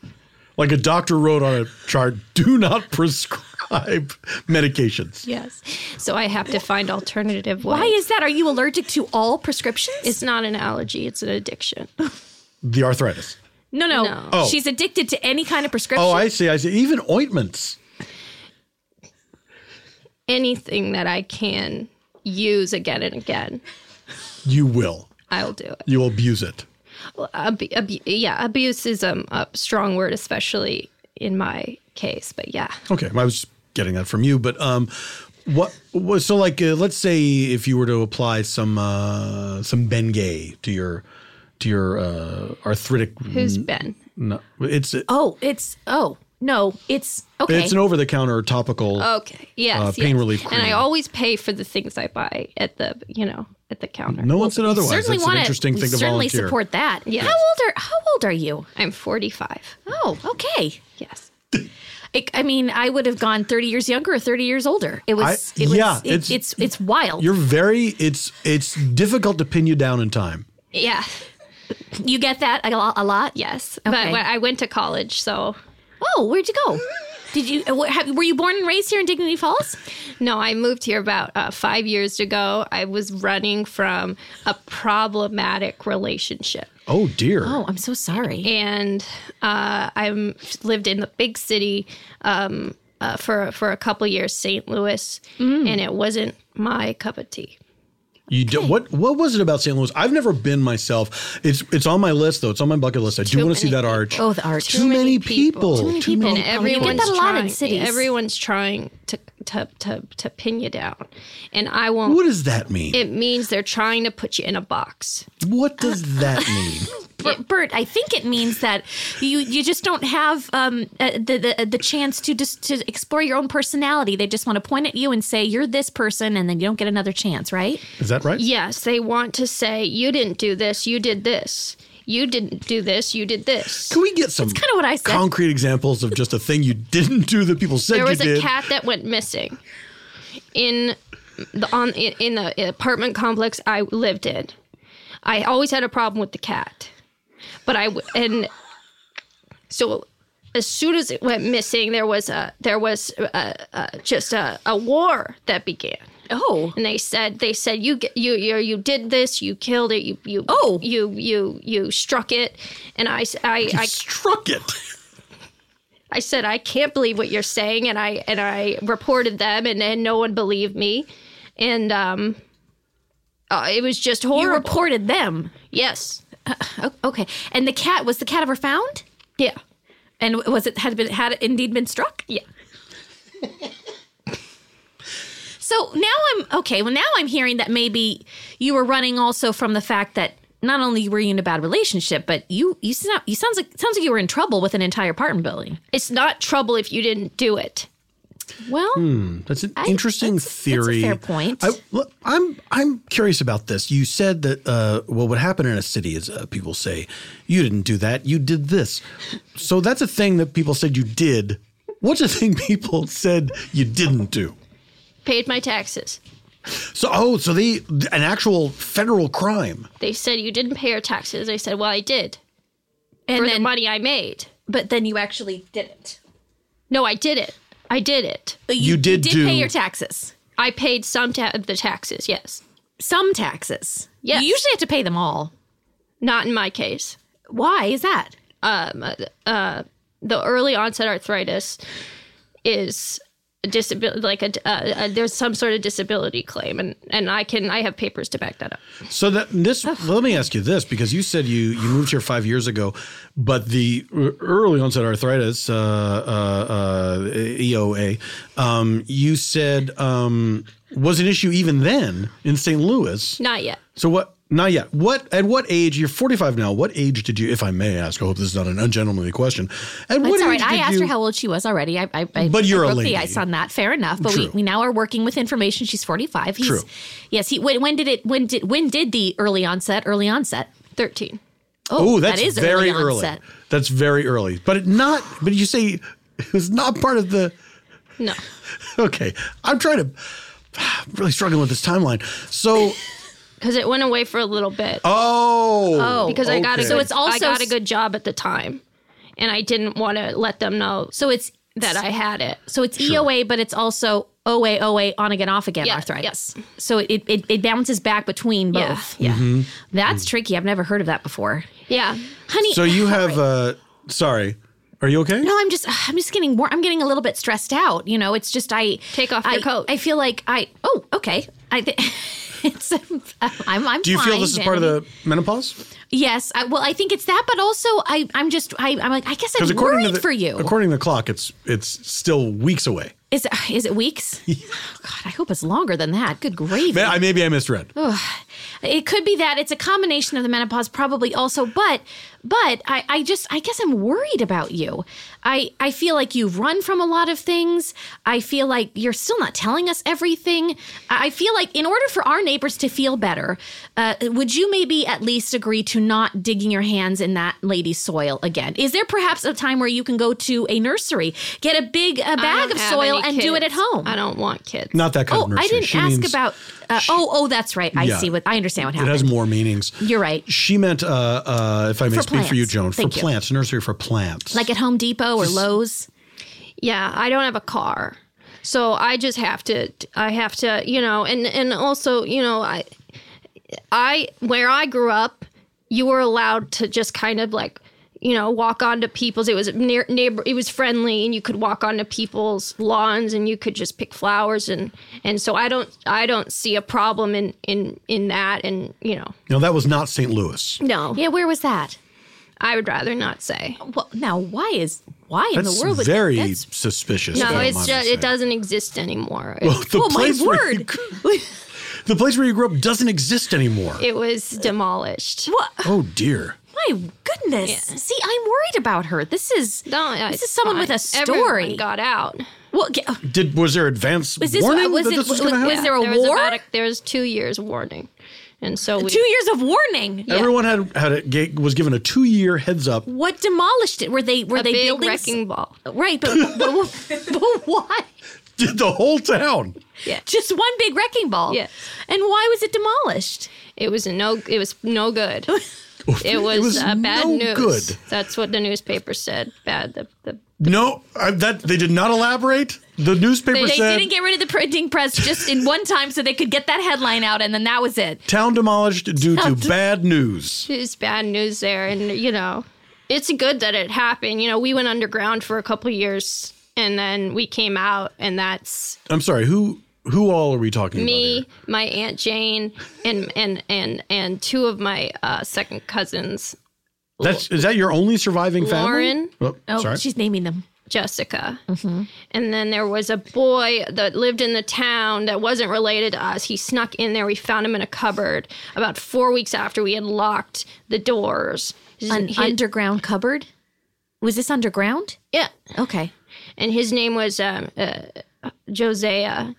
B: Like a doctor wrote on a chart, do not prescribe medications.
E: Yes, so I have to find alternative ways.
C: Why is that? Are you allergic to all prescriptions?
E: it's not an allergy? It's an addiction.
B: The arthritis.
C: no, no.
E: No.
B: Oh.
C: She's addicted to any kind of prescription.
B: Oh, I see. I see. Even ointments.
E: Anything that I can use again and again,
B: You will.
E: I'll do it.
B: You will abuse it.
E: Ab- ab- yeah, abuse is um, a strong word, especially in my case. But yeah,
B: Okay, I was getting that from you, but um, what was so like? Uh, let's say if you were to apply some uh, some Bengay to your to your uh, arthritic,
E: who's Ben?
B: no, it's
C: Oh, it's oh no, it's okay. Oh,
B: it's an over the counter topical.
E: Okay. Yes.
B: Uh, pain
E: yes.
B: relief
E: And I
B: cream.
E: always pay for the things I buy at the you know at the counter.
B: no one said otherwise.
C: certainly
B: That's an
C: want
B: interesting
C: to.
B: thing to
C: certainly
B: volunteer.
C: support that.
E: Yes.
C: How old are How old are you?
E: I'm 45.
C: Oh, okay.
E: Yes.
C: I I mean, I would have gone 30 years younger or 30 years older. It was.
B: I-
C: it was
B: yeah,
C: it-
B: it's-
C: it's, it's wild.
B: You're very. It's it's difficult to pin you down in time.
E: Yeah.
C: You get that a, lo- a lot.
E: Yes.
C: Okay.
E: But when I went to college, so
C: Oh, where'd you go? Did you uh, wh- have, were you born and raised here in Dignity Falls?
E: no, I moved here about uh, five years ago. I was running from a problematic relationship.
B: Oh dear.
C: Oh, I'm so sorry.
E: and uh, I'm lived in the big city um, uh, for for a couple years, St. Louis, and it wasn't my cup of tea.
B: You do, what what was it about St. Louis? I've never been myself. It's it's on my list though. It's on my bucket list. I do want to see
E: many
B: that arch.
C: Oh, the arch.
B: too, many, people.
C: Too many people. Oh, come on.
E: And
C: You get
E: everyone's
C: that a lot in
E: trying-
C: cities.
E: Everyone's trying to to to to pin you down, and I won't.
B: What does that mean?
E: it means they're trying to put you in a box.
B: What does that mean?
C: Bert, Bert, I think it means that you you just don't have um, uh, the, the the chance to just to explore your own personality. They just want to point at you and say you're this person, and then you don't get another chance, right?
B: Is that right?
E: Yes, they want to say you didn't do this, you did this, you didn't do this, you did this.
B: Can we get some
C: Kind of what I said.
B: concrete examples of just a thing you didn't do that people said
E: there
B: you
E: was
B: did?
E: a cat that went missing in the on in, in the apartment complex I lived in. I always had a problem with the cat, but I w- and so as soon as it went missing, there was a there was a, a, just a, a war that began.
C: Oh,
E: And they said they said you get- you you you did this you killed it you you
C: Oh.
E: you you you struck it and I s- I- I
B: Struck it.
E: I said, I can't believe what you're saying, and I and I reported them, and, and no one believed me, and um, uh, it was just horrible.
C: you reported them.
E: yes,
C: O- Oh, Okay, and the cat was the cat ever found?
E: yeah,
C: And w- was it had been had it indeed been struck?
E: yeah.
C: So now I'm okay. Well, now I'm hearing that maybe you were running also from the fact that not only were you in a bad relationship, but you you sound you sounds like sounds like you were in trouble with an entire apartment building.
E: It's not trouble if you didn't do it.
C: Well,
B: That's an interesting
C: that's- that's a
B: theory.
C: fair point.
B: I, am I'm I'm curious about this. You said that uh, what would happen in a city is uh, people say, "You didn't do that. You did this." So that's a thing that people said you did. What's a thing people said you didn't do?
E: Paid my taxes.
B: So oh, so they an actual federal crime.
E: They said you didn't pay your taxes. I said, well, I did
C: and
E: for
C: then
E: the money I made.
C: but then you actually didn't.
E: No, I did it. I did it.
B: You did do-
C: pay your taxes.
E: I paid some ta- the taxes. Yes,
C: Some taxes.
E: Yes.
C: You usually have to pay them all.
E: not in my case.
C: Why is that?
E: Um, uh, the early onset arthritis is a disability. Like a, uh, uh, there's some sort of disability claim, and and I can I have papers to back that up.
B: So that this, let me ask you this, because you said you you moved here five years ago, but the ear- early onset arthritis, uh, uh, uh, EOA, um, you said um, was an issue even then in St. Louis.
E: Not yet.
B: So what? Not yet. What? At what age? You're 45 now. What age did you, if I may ask? I hope this is not an ungentlemanly question. At what
C: That's all
B: age
C: right. I
B: did
C: asked
B: you,
C: her how old she was already. I, I, I
B: But you're a
C: I broke
B: lady.
C: the ice on that. Fair enough. But we,
B: True.
C: we now are working with information. She's 45. He's,
B: True.
C: Yes. He. When, when did it? When did? When did the early onset? Early onset.
E: Thirteen.
B: Oh, that's
C: that is
B: very
C: early
B: early.
C: onset.
B: That's very early. But it not. But you say it was not part of the.
E: No.
B: okay. I'm trying to I'm really struggling with this timeline. So,
E: Because it went away for a little bit.
B: oh,
E: because I got a
B: okay.
E: good,
C: So it's also
E: I got a
C: s-
E: good job at the time, and I didn't want to let them know
C: So it's
E: that I had it.
C: so it's EOA, but it's also OA, OA, on again, off again
E: Yeah,
C: arthritis. So it, it it bounces back between both.
E: Yeah,
C: yeah.
B: Mm-hmm.
C: That's tricky. I've never heard of that before,
E: Yeah,
C: honey.
B: So you have. Uh, sorry, are you okay?
C: No, I'm just I'm just getting more I'm getting a little bit stressed out. You know, it's just I
E: Take off your
C: I,
E: coat.
C: I feel like I oh okay. I th- it's I'm I'm.
B: Do you feel
C: fine,
B: this is part of
C: Vanity.
B: the menopause?
C: Yes. I, well, I think it's that, but also I I'm just I I'm like I guess
B: Because
C: I'm
B: according to
C: worried
B: the
C: for you.
B: according to the clock, it's it's still weeks away.
C: is it- is it weeks? oh, God, I hope it's longer than that. Good gravy.
B: Man, I, maybe I misread.
C: Oh. it could be that it's a combination of the menopause probably also but but I, I just i guess i'm worried about you i i feel like you've run from a lot of things i feel like you're still not telling us everything i I feel like in order for our neighbors to feel better uh, would you maybe at least agree to not digging your hands in that lady's soil again is there perhaps a time where you can go to a nursery get a big a
E: I
C: bag
E: don't
C: of
E: have
C: soil
E: any
C: and do it at
E: kids.
C: home
E: I don't want kids.
B: Not that kind
C: Oh,
B: of nursery.
C: I didn't
B: She
C: ask
B: means-
C: about. Uh, oh, oh, that's right. I
B: Yeah.
C: see what I understand. What
B: It
C: happened?
B: has more meanings.
C: You're right.
B: She meant, uh, uh, if I may
C: For
B: speak for you,
C: plants.
B: Joan,
C: Thank
B: for
C: you.
B: plants, nursery for plants.
C: like at Home Depot or Lowe's.
E: Yeah, I don't have a car, so I just have to. I have to, you know, and and also, you know, I, I where I grew up, you were allowed to just kind of like. You know, walk onto people's. It was near neighbor. It was friendly, and you could walk onto people's lawns, and you could just pick flowers, and and so I don't, I don't see a problem in in in that, and you know,
B: no, that was not St. Louis.
E: no,
C: Yeah, where was that?
E: I would rather not say.
C: Well, now why is why in
B: That's
C: the world? would-
B: very
C: that's-
B: suspicious. if you
E: No,
B: don't
E: it's
B: mind
E: just
B: me
E: it
B: saying.
E: doesn't exist anymore.
B: Well, the
C: oh my
B: place where you
C: word!
B: The place where you grew up doesn't exist anymore.
E: It was demolished.
C: what?
B: oh dear.
C: My goodness! See, I'm worried about her. This is
E: No,
C: this
E: it's
C: is someone with
E: fine.
C: a
E: Everyone
C: story.
E: got out.
C: Well, uh, ge-
B: Did was there advance
C: Was this-
B: warning
C: was
B: that
C: it-
B: this was going to
C: was-
B: happen?
C: was there a
E: there was
C: war?
E: about a, there was two years warning, and so we,
C: two years of warning.
B: Everyone had had a, ga- was given a two year heads up.
C: What demolished it? Were they were
E: a
C: they
E: big
C: building s-
E: wrecking ball.
C: Right, but but, but, but why?
B: Did the whole town?
E: Yeah,
C: Just one big wrecking ball.
E: Yes.
C: And why was it demolished?
E: it was no, it was no good. It was,
B: was
E: uh, bad
B: no
E: news.
B: good.
E: That's what the newspaper said. Bad. The, the,
B: No, I, that they did not elaborate. The newspaper
C: They
B: said
C: didn't get rid of the printing press just in one time so they could get that headline out, and then that was it.
B: town demolished due to bad news.
E: it was bad news there, and you know, it's good that it happened. You know, we went underground for a couple years, and then we came out, and that's
B: I'm sorry. Who who all are we talking
E: me, my aunt Jane, and and and and two of my uh, second cousins.
B: about? Here? That's is that your only surviving family?
E: Lauren.
B: Oh,
C: Oh,
B: sorry.
C: she's naming them.
E: Jessica.
C: Mm-hmm.
E: And then there was a boy that lived in the town that wasn't related to us. He snuck in there. We found him in a cupboard about four weeks after we had locked the doors.
C: An
E: His-
C: underground cupboard? Was this underground?
E: yeah.
C: Okay.
E: And his name was um, uh, Josea.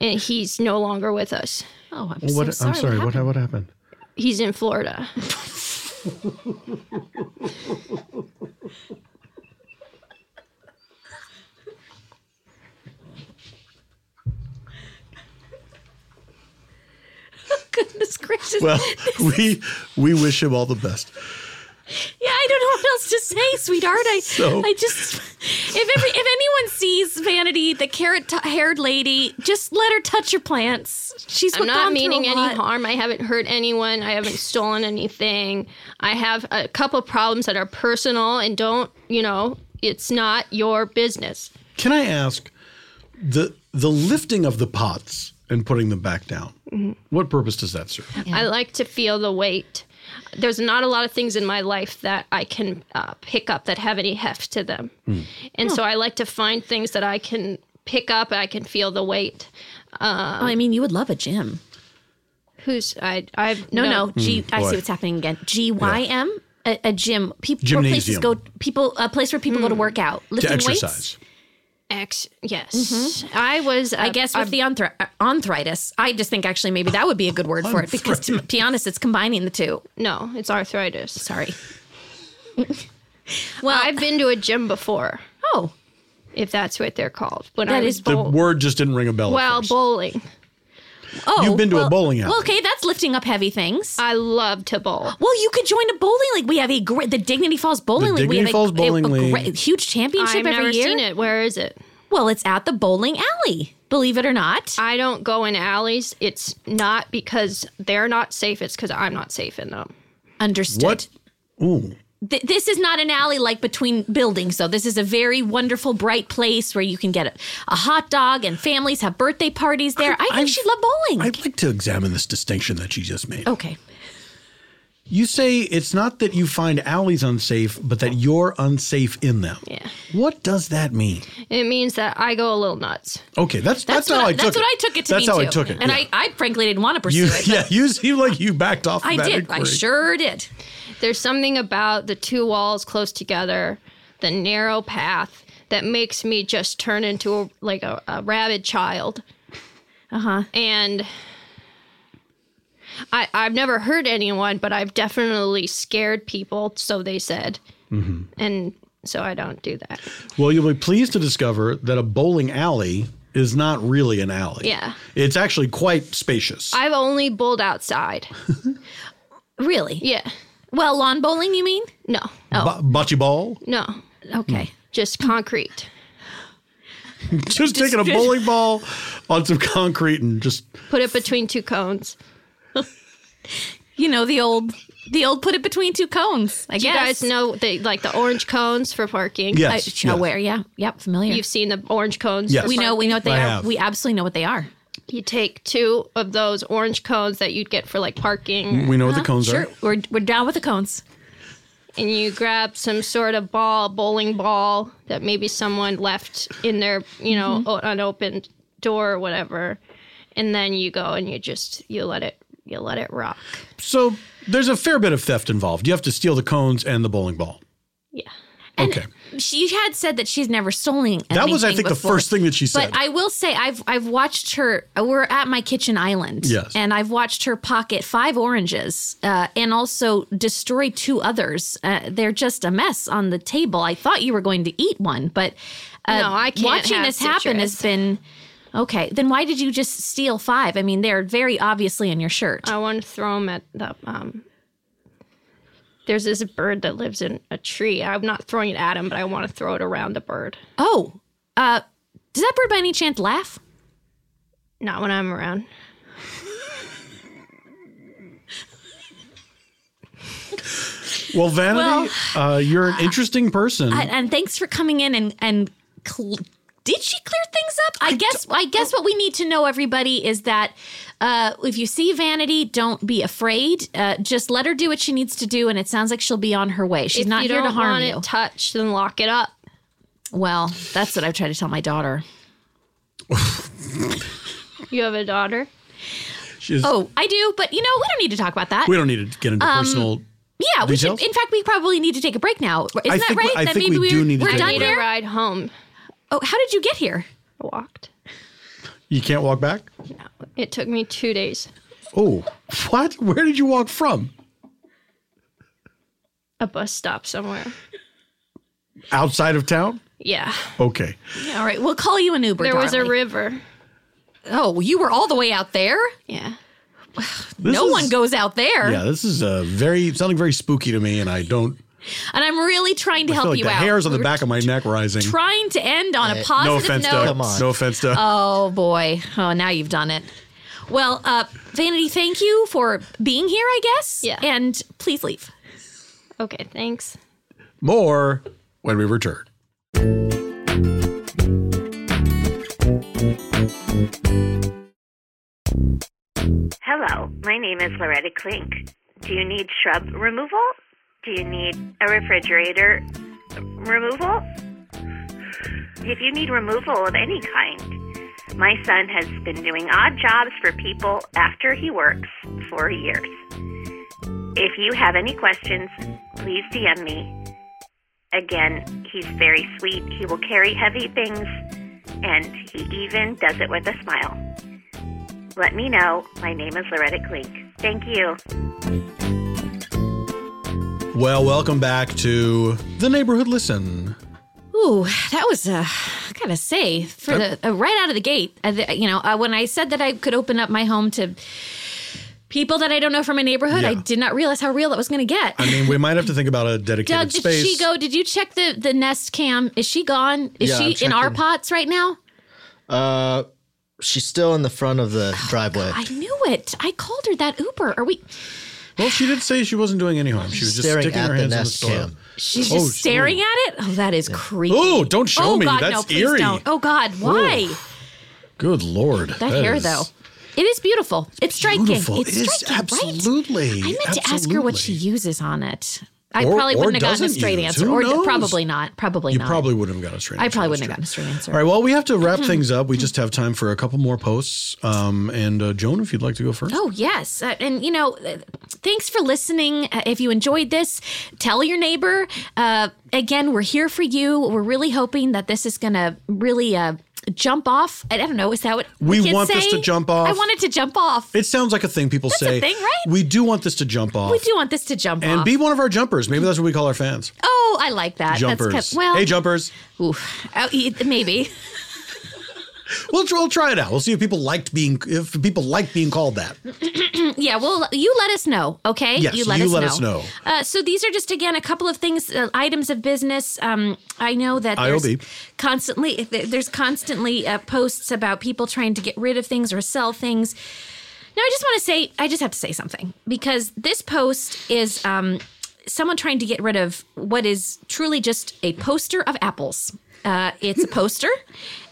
E: And he's no longer with us.
C: Oh, I'm
B: What,
C: so sorry.
B: I'm sorry. What,
C: happened?
B: what happened?
E: He's in Florida.
C: Goodness gracious.
B: Well, we we wish him all the best.
C: Yeah, I don't know what else to say, sweetheart. I,
B: So-
C: I just, if every, if anyone sees Vanity, the carrot-haired lady, just let her touch your plants. She's
E: I'm
C: gone
E: not
C: through
E: meaning
C: a
E: any
C: lot.
E: harm. I haven't hurt anyone. I haven't stolen anything. I have a couple problems that are personal and don't, you know, it's not your business.
B: Can I ask the the lifting of the pots and putting them back down?
C: Mm-hmm.
B: What purpose does that serve?
E: I like to feel the weight. There's not a lot of things in my life that I can uh, pick up that have any heft to them.
C: Hmm.
E: And so I like to find things that I can pick up, I can feel the weight.
C: Oh, I mean, you would love a gym.
E: Who's I I've
C: No, no. G. I
B: Hmm, boy.
C: see what's happening again. G Y M. A, a gym. People. where Places
B: Gymnasium.
C: go. People. A place where people go to work out,
B: To
C: lifting weights.
B: exercise.
E: ex yes.
C: Mm-hmm.
E: I was
C: I guess with the anthra- uh, arthritis, I just think actually maybe that would be a good word for it because to be honest, it's combining the two.
E: no, it's arthritis.
C: Sorry.
E: Well, I've been to a gym before.
C: Oh,
E: if that's what they're called. When
C: That
E: I
C: is
E: was
B: The
E: bowl-
B: word just didn't ring a bell. at
E: well,
B: first.
E: bowling.
C: oh.
B: You've been to a
C: well-
B: bowling alley.
C: Well, okay, that's lifting up heavy things.
E: I love to bowl.
C: well, you could join a bowling league. We have a great the Dignity Falls Bowling
B: The
C: League. we
B: Dignity
C: have a,
B: Falls
C: a-
B: Bowling
C: a
B: League.
C: great- huge championship
E: I've
C: every
E: never
C: year.
E: seen it. Where is it?
C: Well, it's at the bowling alley. Believe it or not.
E: I don't go in alleys. It's not because they're not safe. It's because I'm not safe in them.
C: Understood.
B: what? Ooh,
C: Th- this is not an alley like between buildings though this is a very wonderful bright place where you can get a, a hot dog and families have birthday parties there i, think
B: I've-
C: she'd love bowling Oh.
B: I'd like to examine this distinction that she just made.
C: okay
B: You say it's not that you find alleys unsafe, but that you're unsafe in them. Yeah. What does that mean?
E: It means that I go a little nuts.
B: Okay, that's that's,
C: what
B: how I, took
C: that's
B: it.
C: what i took it to
B: That's
C: mean
B: how I
C: too.
B: took it.
C: and
B: yeah.
C: i i frankly didn't want to pursue
B: You,
C: it
B: yeah, you seem like you backed off.
C: i
B: that
C: did i
B: inquiry.
C: sure did
E: There's something about the two walls close together, the narrow path that makes me just turn into a, like a, a rabid child. Uh huh. And I I've never hurt anyone, but I've definitely scared people. So they said, and so I don't do that.
B: Well, you'll be pleased to discover that a bowling alley is not really an alley.
E: Yeah.
B: It's actually quite spacious.
E: I've only bowled outside.
C: really
E: Yeah.
C: well lawn bowling you mean
E: No.
B: Bo- bocce ball?
E: No.
C: okay
B: Hmm.
E: Just concrete.
B: Just taking a bowling ball on some concrete and just
E: Put it between two cones.
C: you know the old the old put it between two cones i
E: You
C: guess
E: guys know the like the orange cones for parking.
C: I,
B: yes. yes.
C: aware yeah yep familiar
E: You've seen the orange cones.
B: Yes.
E: for
C: we know we know what they
B: I
C: are
B: have.
C: we absolutely know what they are
E: you take two of those orange cones that you'd get for like parking
B: Mm, We know what the cones
C: Uh-huh, sure
B: are.
C: we're, we're down with the cones
E: and you grab some sort of ball bowling ball that maybe someone left in their you know
C: Mm-hmm.
E: o- unopened door or whatever and then you go and you just you let it you let it rock
B: So there's a fair bit of theft involved. You have to steal the cones and the bowling ball.
E: yeah
B: Okay.
C: she had said that she's never stolen anything
B: That was, I think, the
C: before.
B: first thing that she said.
C: But I will say I've I've watched her. uh, We're at my kitchen island,
B: Yes.
C: and I've watched her pocket five oranges uh, and also destroy two others. Uh, they're just a mess on the table. I thought you were going to eat one, but uh,
E: No, I can't
C: watching
E: have
C: this happen has
E: citrus.
C: been okay. Then why did you just steal five? I mean, they're very obviously in your shirt.
E: I want to throw them at the. Um, there's this bird that lives in a tree. I'm not throwing it at him, but I want to throw it around the bird.
C: oh, uh, does that bird by any chance laugh?
E: Not when I'm around.
B: well, Vanity, uh, you're an interesting person.
C: and, and thanks for coming in and and cl- did she clear things up? I, guess I guess what we need to know, everybody, is that uh, if you see Vanity, don't be afraid. Uh, just let her do what she needs to do, and it sounds like she'll be on her way. She's
E: if
C: not
E: you
C: here
E: don't
C: to harm
E: want
C: you.
E: it touched, then lock it up.
C: Well, that's what I've tried to tell my daughter.
E: You have a daughter?
B: She's,
C: Oh, Um, I do, but you know, we don't need to talk about that.
B: We don't need to get into personal.
C: yeah, we
B: Details?
C: should. In fact, we probably need to take a break now. Isn't
B: I
C: that
B: think we-
C: right?
B: I
C: that
B: think we do
C: we're,
B: need to
C: we're
B: take a
C: done
B: break.
E: Need a
C: here.
E: ride home.
C: Oh, how did you get here?
E: I walked.
B: You can't walk back?
E: It took me two days.
B: Oh, what? Where did you walk from?
E: A bus stop somewhere.
B: Outside of town?
E: Yeah.
B: Okay.
C: All right, we'll call you an Uber.
E: There was a
C: darling.
E: river.
C: oh, you were all the way out there.
E: Yeah.
B: This
C: no
B: is-
C: one goes out there,
B: Yeah, this is a very sounding very spooky to me, and I don't
C: and I'm really trying to
B: I
C: help
B: feel like
C: you
B: the
C: out.
B: hairs on the
C: We're
B: back of my neck rising.
C: trying to end on a positive
B: Uh, No offense,
C: note.
B: Doug.
A: Come on.
B: No offense, Doug.
C: Oh boy! Oh, now you've done it. Well, uh, Vanity, thank you for being here. I guess.
E: Yeah.
C: And please leave.
E: Okay, thanks.
B: More when we return.
F: Hello, my name is Loretta Klink. Do you need shrub removal? Do you need a refrigerator removal? If you need removal of any kind, my son has been doing odd jobs for people after he works for years. If you have any questions, please DM me. Again, he's very sweet. He will carry heavy things, and he even does it with a smile. Let me know. My name is Loretta Klink. Thank you.
B: Well, welcome back to the neighborhood. Listen,
C: Ooh, that was uh, I gotta say for the uh, right out of the gate. Uh, the, you know, uh, when I said that I could open up my home to people that I don't know from a neighborhood, I
B: Yeah.
C: did not realize how real that was gonna get.
B: I mean, we might have to think about a dedicated
C: Doug, did
B: space.
C: she go? Did you check the the Nest cam? Is she gone? Is
A: Yeah, I'm
C: she in our
A: checking.
C: pots right now?
A: Uh, she's still in the front of the
C: Oh,
A: driveway.
C: I knew it. I called her that Uber. Are we?
B: Well, she did say she wasn't doing any harm. She was just
A: Staring
B: sticking
A: at
B: her
A: the
B: hands in the
A: nest
B: soil.
A: cam.
C: She's
B: Oh,
C: just
B: she-
C: staring at it. Oh, that is creepy.
B: Ooh, don't show
C: oh,
B: me.
C: God, no,
B: That's
C: please
B: eerie.
C: Don't. Oh God, why?
B: Good lord,
C: That, hair
B: is
C: though. It is beautiful. It's, striking.
B: beautiful.
C: It's
B: It is
C: striking,
B: absolutely.
C: Right? I meant to ask her what she
B: Absolutely.
C: uses on it. I
B: Or-
C: probably
B: or
C: wouldn't have gotten a
B: doesn't
C: straight
B: use.
C: answer,
B: Who
C: or
B: knows?
C: probably not. Probably
B: You
C: not.
B: probably wouldn't have gotten a straight.
C: I
B: answer.
C: probably
B: That's
C: wouldn't have
B: true.
C: gotten a straight answer.
B: All right. Well, we have to wrap things up. We just have time for a couple more posts. Um, and uh, Joan, if you'd like to go first.
C: Oh, yes. Uh, and, you know, uh, thanks for listening. Uh, if you enjoyed this, tell your neighbor. Uh, again, we're here for you. We're really hoping that this is going to really uh, jump off. I don't know. Is that what
B: We
C: kids
B: want this
C: say?
B: to jump off.
C: I want it to jump off.
B: It sounds like a thing people
C: That's a
B: say.
C: thing, right?
B: We do want this to jump off.
C: we do want this to jump
B: And
C: off.
B: be one of our jumpers. Maybe that's what we call our fans.
C: oh, I like that.
B: Jumpers.
C: That's kind well,
B: hey, jumpers.
C: oof. Oh, e- maybe.
B: We'll, tr- we'll try it out. We'll see if people liked being if people like being called that.
C: Mm, Yeah, well, you let us know, okay?
B: Yes, you let us know.
C: Uh, so these are just again a couple of things, uh, items of business. Um, I know that there's
B: IOB.
C: constantly th- there's constantly uh, posts about people trying to get rid of things or sell things. Now, I just want to say, I just have to say something because this post is um, someone trying to get rid of what is truly just a poster of apples. Uh, it's a poster.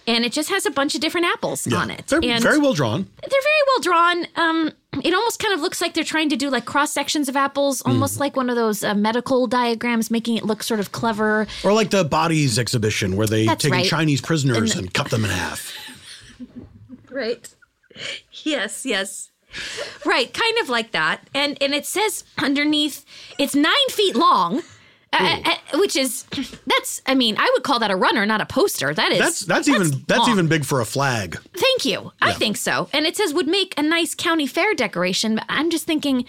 C: And it just has a bunch of different apples on it.
B: They're
C: and
B: very well drawn.
C: they're very well drawn. Um, it almost kind of looks like they're trying to do like cross sections of apples,
B: Hmm.
C: almost like one of those uh, medical diagrams, making it look sort of clever.
B: Or like the bodies exhibition where they
C: That's
B: take in
C: right.
B: Chinese prisoners and, cut them in half.
C: Right. Yes. Yes. Right. Kind of like that. And and it says underneath, it's nine feet long. Uh, uh, which is that's I mean I would call that a runner not a poster that is
B: That's that's even that's,
C: long.
B: even big for a flag.
C: Thank you. I think so. And it says would make a nice county fair decoration, but I'm just thinking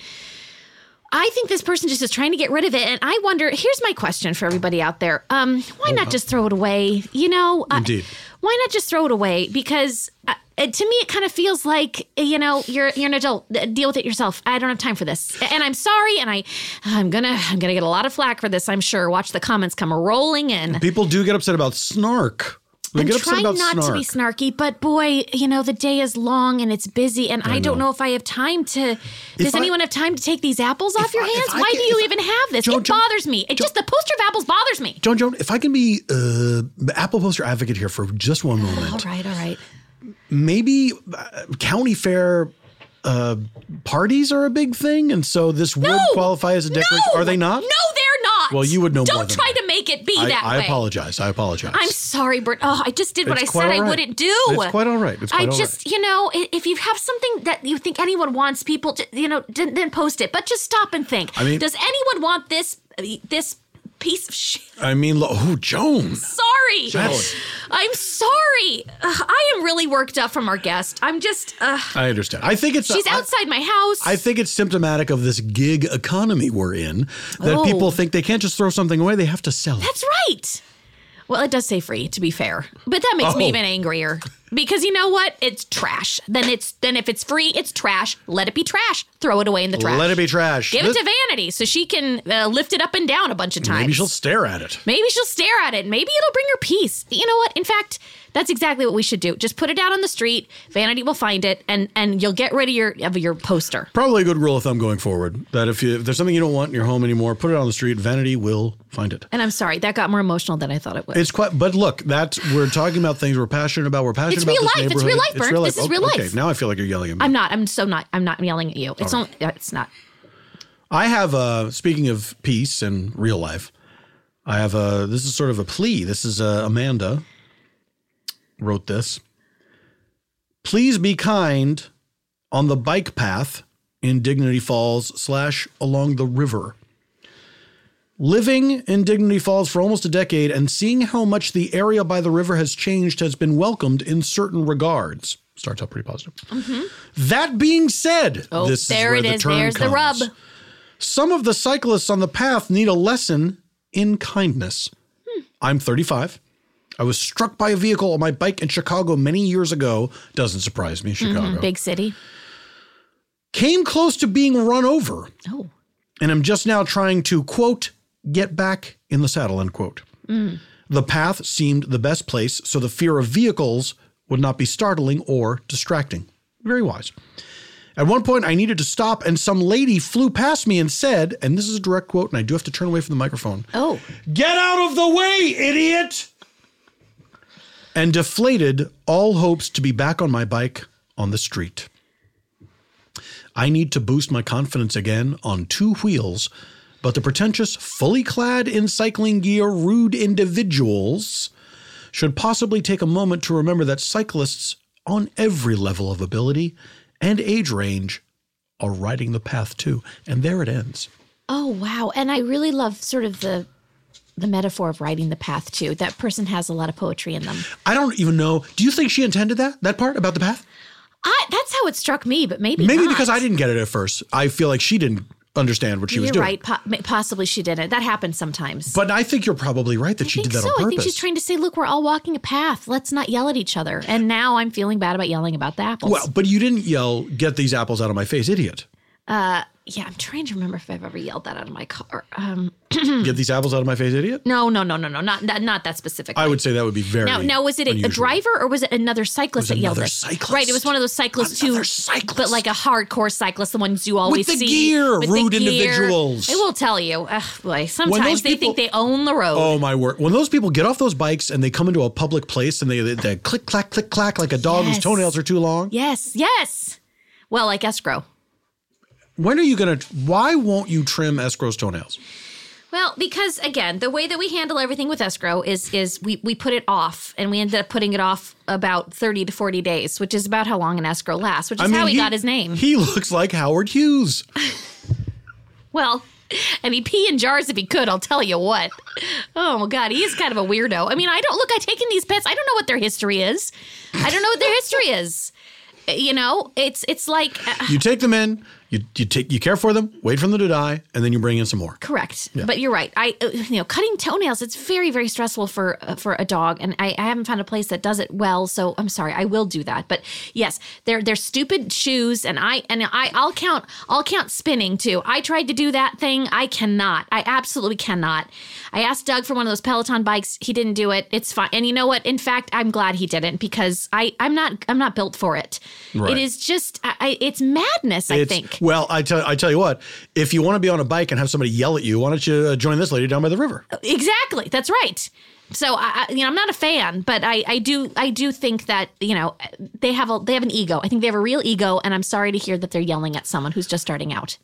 C: I think this person just is trying to get rid of it and I wonder, here's my question for everybody out there. Um why not just throw it away? You know, I-
B: Indeed.
C: why not just throw it away because uh, uh, to me it kind of feels like uh, you know you're you're an adult Uh, deal with it yourself i don't have time for this A- and i'm sorry and i i'm gonna i'm gonna get a lot of flack for this i'm sure watch the comments come rolling in
B: People do get upset about snark. They
C: I'm
B: get upset
C: trying
B: about
C: not
B: snark.
C: to be snarky, but boy, you know the day is long and it's busy, and I, don't know if I have time to. Does
B: I-
C: anyone have time to take these apples off your
B: I- if
C: hands?
B: I
C: Why
B: can-
C: do you
B: if I-
C: even have this?
B: Joan,
C: it
B: Joan-
C: bothers me. It just the poster of apples bothers me.
B: Joan Joan, if I can be uh, Apple poster advocate here for just one
C: All
B: moment,
C: right, all right.
B: maybe uh, county fair uh, parties are a big thing, and so this would qualify as a decoration. Are they not?
C: No, they're not.
B: Well, you would know
C: Don't
B: more than
C: try
B: I.
C: to make it be
B: I,
C: that
B: I
C: way.
B: apologize. I apologize.
C: I'm sorry, Bert. Oh, I just did what
B: It's
C: I
B: quite
C: said
B: all
C: I
B: right.
C: wouldn't do.
B: It's quite all right. It's quite
C: I
B: all
C: just,
B: right.
C: you know, i- if you have something that you think anyone wants, people, to, you know, d- then post it. But just stop and think.
B: I mean-
C: does anyone want this? This piece of shit.
B: I mean, lo- oh, Joan.
C: Sorry.
B: That's-
C: I'm sorry. Ugh, I am really worked up from our guest. I'm just. Uh,
B: I understand. I think it's
C: she's
B: I-
C: outside my house.
B: I think it's symptomatic of this gig economy we're in that
C: Oh.
B: people think they can't just throw something away; they have to sell it.
C: That's right. Well, it does say free, to be fair, but that makes me
B: Oh.
C: even angrier because you know what? It's trash. Then it's then if it's free, it's trash. Let it be trash. Throw it away in the trash.
B: Let it be trash.
C: Give
B: This-
C: it to Vanity so she can uh, lift it up and down a bunch of times.
B: Maybe she'll stare at it.
C: Maybe she'll stare at it. Maybe it'll bring her peace. You know what? In fact, that's exactly what we should do. Just put it out on the street. Vanity will find it, and and you'll get rid of your of your poster.
B: Probably a good rule of thumb going forward that if, you, if there's something you don't want in your home anymore, put it on the street. Vanity will find it.
C: And I'm sorry that got more emotional than I thought it would.
B: It's quite, but look, that's we're talking about things we're passionate about. We're passionate
C: It's
B: about
C: real
B: this
C: life. It's real
B: neighborhood.
C: life, Bert. This is real
B: okay,
C: life.
B: now I feel like you're yelling at me.
C: I'm not. I'm so not. I'm not yelling at you.
B: All
C: It's not. It's not.
B: I have a speaking of peace and real life. I have a this is sort of a plea. This is uh, Amanda wrote this. Please be kind on the bike path in Dignity Falls slash along the river. Living in Dignity Falls for almost a decade and seeing how much the area by the river has changed has been welcomed in certain regards. Starts out pretty positive. That being said,
C: Mm-hmm. Oh,
B: this
C: there
B: is where
C: it
B: the
C: is.
B: turn
C: There's the
B: comes.
C: rub.
B: Some of the cyclists on the path need a lesson in kindness. I'm 35. I was struck by a vehicle on my bike in Chicago many years ago. Doesn't surprise me, Chicago.
C: Big city.
B: Came close to being run over,
C: Oh.
B: and I'm just now trying to, quote, get back in the saddle, unquote. The path seemed the best place, so the fear of vehicles would not be startling or distracting. Very wise. At one point, I needed to stop, and some lady flew past me and said, and this is a direct quote, and I do have to turn away from the microphone
C: Oh.
B: Get out of the way, idiot! And deflated all hopes to be back on my bike on the street. I need to boost my confidence again on two wheels, but the pretentious, fully clad in cycling gear, rude individuals should possibly take a moment to remember that cyclists on every level of ability and age range are riding the path too. And there it ends.
C: Oh wow. And I really love sort of the the metaphor of riding the path too. That person has a lot of poetry in them.
B: I don't even know. Do you think she intended that? That part about the path?
C: I, that's how it struck me, but maybe
B: Maybe
C: not.
B: because I didn't get it at first. I feel like she didn't understand what she
C: You're
B: was doing.
C: right. Po- ma- possibly she didn't. That happens sometimes.
B: But I think you're probably right that she
C: I
B: did
C: think
B: that
C: so.
B: on purpose.
C: I think she's trying to say, look, we're all walking a path. Let's not yell at each other. And now I'm feeling bad about yelling about the apples.
B: well, but you didn't yell, "Get these apples out of my face, idiot!"
C: Uh, yeah, I'm trying to remember if I've ever yelled that out of my car. Um,
B: Get these apples out of my face, idiot.
C: no, no, no, no, no, not not, not that specific.
B: I would say that would be very.
C: Now, now was it a, a
B: unusual.
C: driver or was it another cyclist that yelled
B: another
C: it?
B: cyclist.
C: Right, it was one of those cyclists who,
B: Another cyclist.
C: but like a hardcore cyclist, the ones you always
B: the
C: see
B: gear, rude individuals.
C: I will tell you, ugh, boy, sometimes they
B: people-
C: think they own the road.
B: Oh my word! When those people get off those bikes and they come into a public place and they they, they click clack click clack like a dog whose
C: Yes.
B: toenails are too long.
C: Yes, yes. Well, like escrow.
B: When are you gonna? Why won't you trim escrow's toenails?
C: Well, because again, the way that we handle everything with escrow is is we we put it off, and we ended up putting it off about thirty to forty days, which is about how long an escrow lasts, which is how he, got his name.
B: He looks like Howard Hughes.
C: Well, and he'd pee in jars if he could, I'll tell you what. Oh my god, he is kind of a weirdo. I mean, I don't look, I've taken these pets, I don't know what their history is. I don't know what their history is. Uh, You know, it's it's like uh,
B: You take them in, you you take you care for them, wait for them to die, and then you bring in some more.
C: correct. But you're right. I uh, you know, cutting toenails it's very very stressful for uh, for a dog and I, I haven't found a place that does it well, so I'm sorry. I will do that. But yes, they're they're stupid shoes and I and I I'll count I'll count spinning too. I tried to do that thing. I cannot. I absolutely cannot. I asked Doug for one of those Peloton bikes. He didn't do it. It's fine. And you know what? In fact, I'm glad he didn't because I I'm not I'm not built for it.
B: Right.
C: It is just I, I, it's madness. I
B: It's-
C: think.
B: Well, I tell I tell you what, if you want to be on a bike and have somebody yell at you, why don't you uh, join this lady down by the river?
C: Oh. Exactly. That's right. So I, I you know, I'm not a fan, but I, I do, I do think that you know, they have a, they have an ego. I think they have a real ego, and I'm sorry to hear that they're yelling at someone who's just starting out.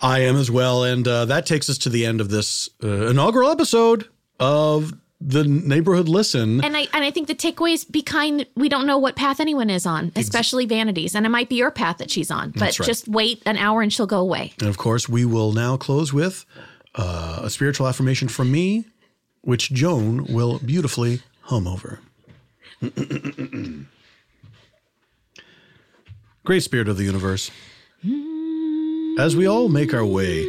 B: I am as well. And uh, that takes us to the end of this uh, inaugural episode of the Neighborhood Listen.
C: And I and I think the takeaway is be kind. We don't know what path anyone is on, especially vanities, and it might be your path that she's on. But
B: That's right.
C: just wait an hour and she'll go away.
B: And of course, we will now close with uh, a spiritual affirmation from me, which Joan will beautifully hum over. Great Spirit of the Universe, as we all make our way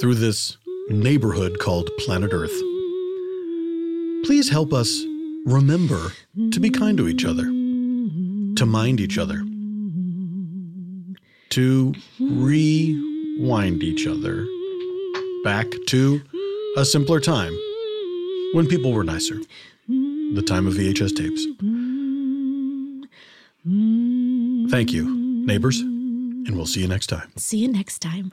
B: through this neighborhood called planet Earth, please help us remember to be kind to each other, to mind each other to rewind each other back to a simpler time when people were nicer. The time of VHS tapes. Thank you, neighbors, and we'll see you next time.
C: See you next time.